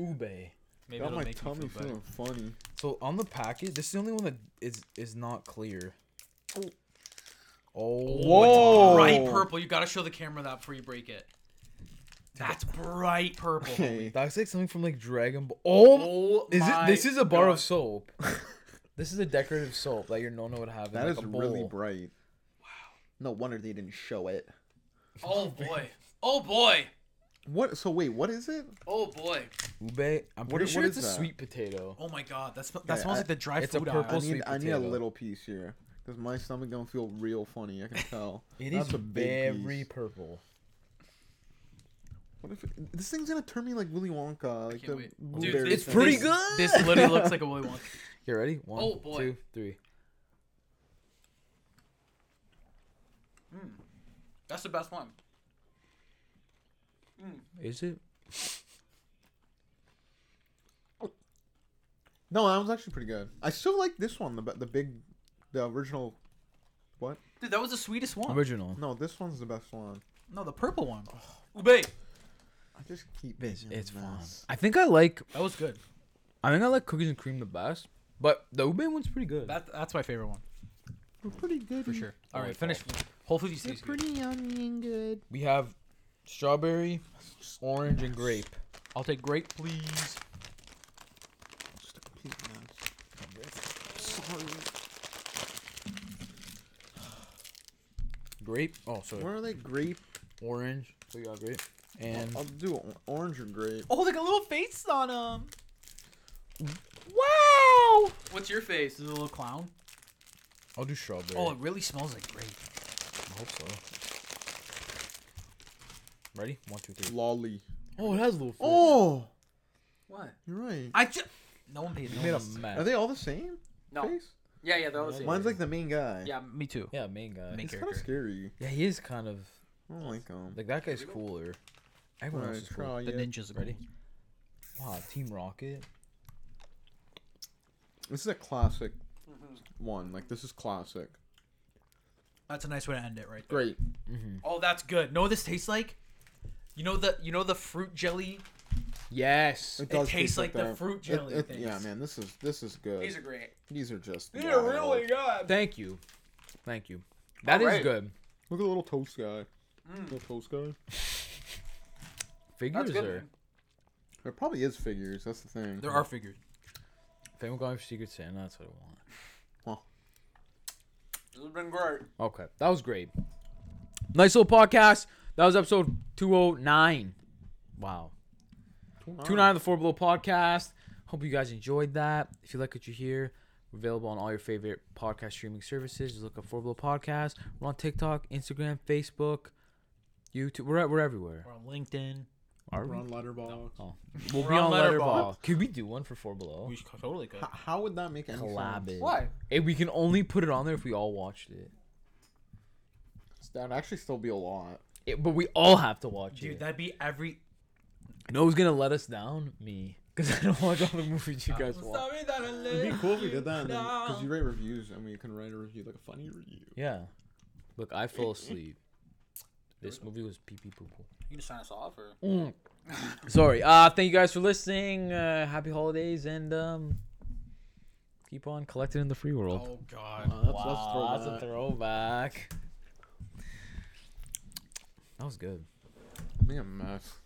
S3: Ube.
S1: Maybe
S2: Got
S1: it'll
S2: my
S1: make you feel
S2: tummy
S1: better.
S2: feeling funny.
S3: So on the packet, this is the only one that is is not clear. Oh,
S2: Whoa.
S1: Bright purple. You gotta show the camera that before you break it. That's bright purple.
S2: Okay.
S3: that's like something from like Dragon Ball. Oh,
S1: Oh,
S3: is it?
S1: my
S3: This is a bar
S1: God.
S3: of soap. this is a decorative soap that your nonna would have. In
S2: That
S3: like
S2: is
S3: a bowl.
S2: really bright. Wow. No wonder they didn't show it.
S1: Oh boy. Oh boy.
S2: What? So wait, what is it?
S1: Oh boy.
S3: Ube. I'm pretty
S2: i-
S3: sure
S2: what
S3: it's a
S2: is that?
S3: sweet potato.
S1: Oh my god. That, sm- that
S2: Yeah,
S1: smells
S2: I-
S1: like the dry
S3: it's a
S1: food
S2: I
S3: purple-
S1: aisle.
S2: need
S3: sweet
S2: I need a
S3: potato.
S2: little piece here because my stomach don't feel real funny. I can tell.
S3: It is
S2: That's a big
S3: very
S2: piece.
S3: purple.
S2: What if it- this thing's gonna turn me like Willy Wonka? Like
S1: Can't
S2: the
S1: wait. Dude,
S2: blueberry
S1: this-
S3: It's pretty
S1: this-
S3: good.
S1: This literally looks like a Willy Wonka.
S3: You ready? One,
S1: Oh, boy.
S3: two, three.
S1: That's the best one.
S3: Is it?
S2: No, that one's actually pretty good. I still like this one, the be- the big, the original. What?
S1: Dude, that was the sweetest one.
S3: Original.
S2: No, this one's the best one.
S1: No, the purple one. Ube.
S2: I just keep
S3: It's,
S2: making a
S3: it's fun.
S2: mess.
S3: I think I like.
S1: That was good.
S3: I think I like cookies and cream the best, but the ube one's pretty good.
S1: That that's my favorite one
S2: We're pretty good
S1: for sure. All right,
S3: like
S1: finish. Whole Foods
S2: We're
S1: tastes good.
S2: pretty yummy and good.
S3: We have strawberry, orange, and grape.
S1: I'll take grape, please.
S2: Just a complete mess. Sorry.
S3: Grape. Oh, sorry.
S2: Where are they? Grape.
S3: Orange. So you got grape. And
S2: I'll do o- orange or grape.
S1: Oh, they got little face on them.
S3: wow!
S1: What's your face? Is it a little clown?
S3: I'll do strawberry.
S1: Oh, it really smells like grape.
S3: I hope so. Ready? One, two, three.
S2: Lolly.
S3: Oh, it has a little. Fruit.
S2: Oh,
S1: What?
S2: you're right.
S1: I just. No one paid.
S3: you
S1: no
S3: made a
S1: one-
S3: mess.
S2: Are they all the same?
S1: No.
S2: Face?
S1: Yeah, yeah, that was it.
S2: Mine's like the main guy.
S1: Yeah, me too.
S3: yeah, main guy.
S1: Main
S2: He's kind of
S1: character.
S2: scary.
S3: Yeah, he is kind of
S2: I don't like him.
S3: like that guy's cooler. Everyone
S2: Alright,
S3: else is cool.
S2: try
S1: The
S2: it.
S1: ninjas.
S3: Ready? Wow, Team Rocket.
S2: This is a classic
S1: Mm-hmm.
S2: one. Like this is classic.
S1: That's a nice way to end it, right? There.
S2: Great.
S1: Oh, that's good. No, this tastes like. You know the you know the fruit jelly.
S3: Yes.
S1: It tastes like the
S2: that.
S1: fruit
S2: It-
S1: jelly
S2: it-
S1: things.
S2: Yeah, man, this is this is good.
S1: great.
S2: These are just.
S1: These are
S2: wild.
S1: really good.
S3: Thank you. Thank you. That is
S1: Alright.
S3: good.
S2: Look at the little toast guy.
S1: Mm.
S2: Little toast guy.
S3: Figures
S1: That's good.
S3: are.
S1: man.
S2: There probably is figures. That's the thing.
S1: There are figures.
S3: Family going for Secret Santa. That's what I
S1: This has been great.
S3: want. Okay, that was great. Nice little podcast. That was episode two oh nine. Wow. Two nine of the Four Below podcast. Hope you guys enjoyed that. If you like what you hear, we're available on all your favorite podcast streaming services. Just look up Four Below podcast. We're on TikTok, Instagram, Facebook, YouTube. We're at, we're everywhere.
S1: We're on LinkedIn.
S3: Are
S2: We're
S3: we?
S2: on Letterboxd.
S3: Oh. We'll
S1: We're
S3: be
S1: on
S3: on Letterboxd. Could we do one for Four Below?
S1: We should totally could.
S2: H- How would that make any
S3: Collab
S2: sense?
S3: it.
S1: Why?
S3: Eh, we can only put it on there if we all watched it.
S2: That'd actually still be a lot.
S3: It- but we all have to watch
S1: Dude,
S3: it.
S1: that'd be every.
S3: You know who's gonna let us down? Me, because I don't watch all the movies you guys watch.
S1: Sorry that I
S2: It'd be
S1: let
S2: cool if we did that,
S1: you
S2: and then because
S1: down.
S2: you write reviews, and we can write a review like a funny review.
S3: Yeah. Look, I fell asleep. This movie was pee pee poo poo.
S1: You gonna sign us off or?
S3: Sorry. Uh, thank you guys for listening. Uh, happy holidays and um, keep on collecting in the free world.
S1: Oh God.
S2: Uh, that's, that's throwback.
S3: a throwback. That was good.
S2: Man, a mess.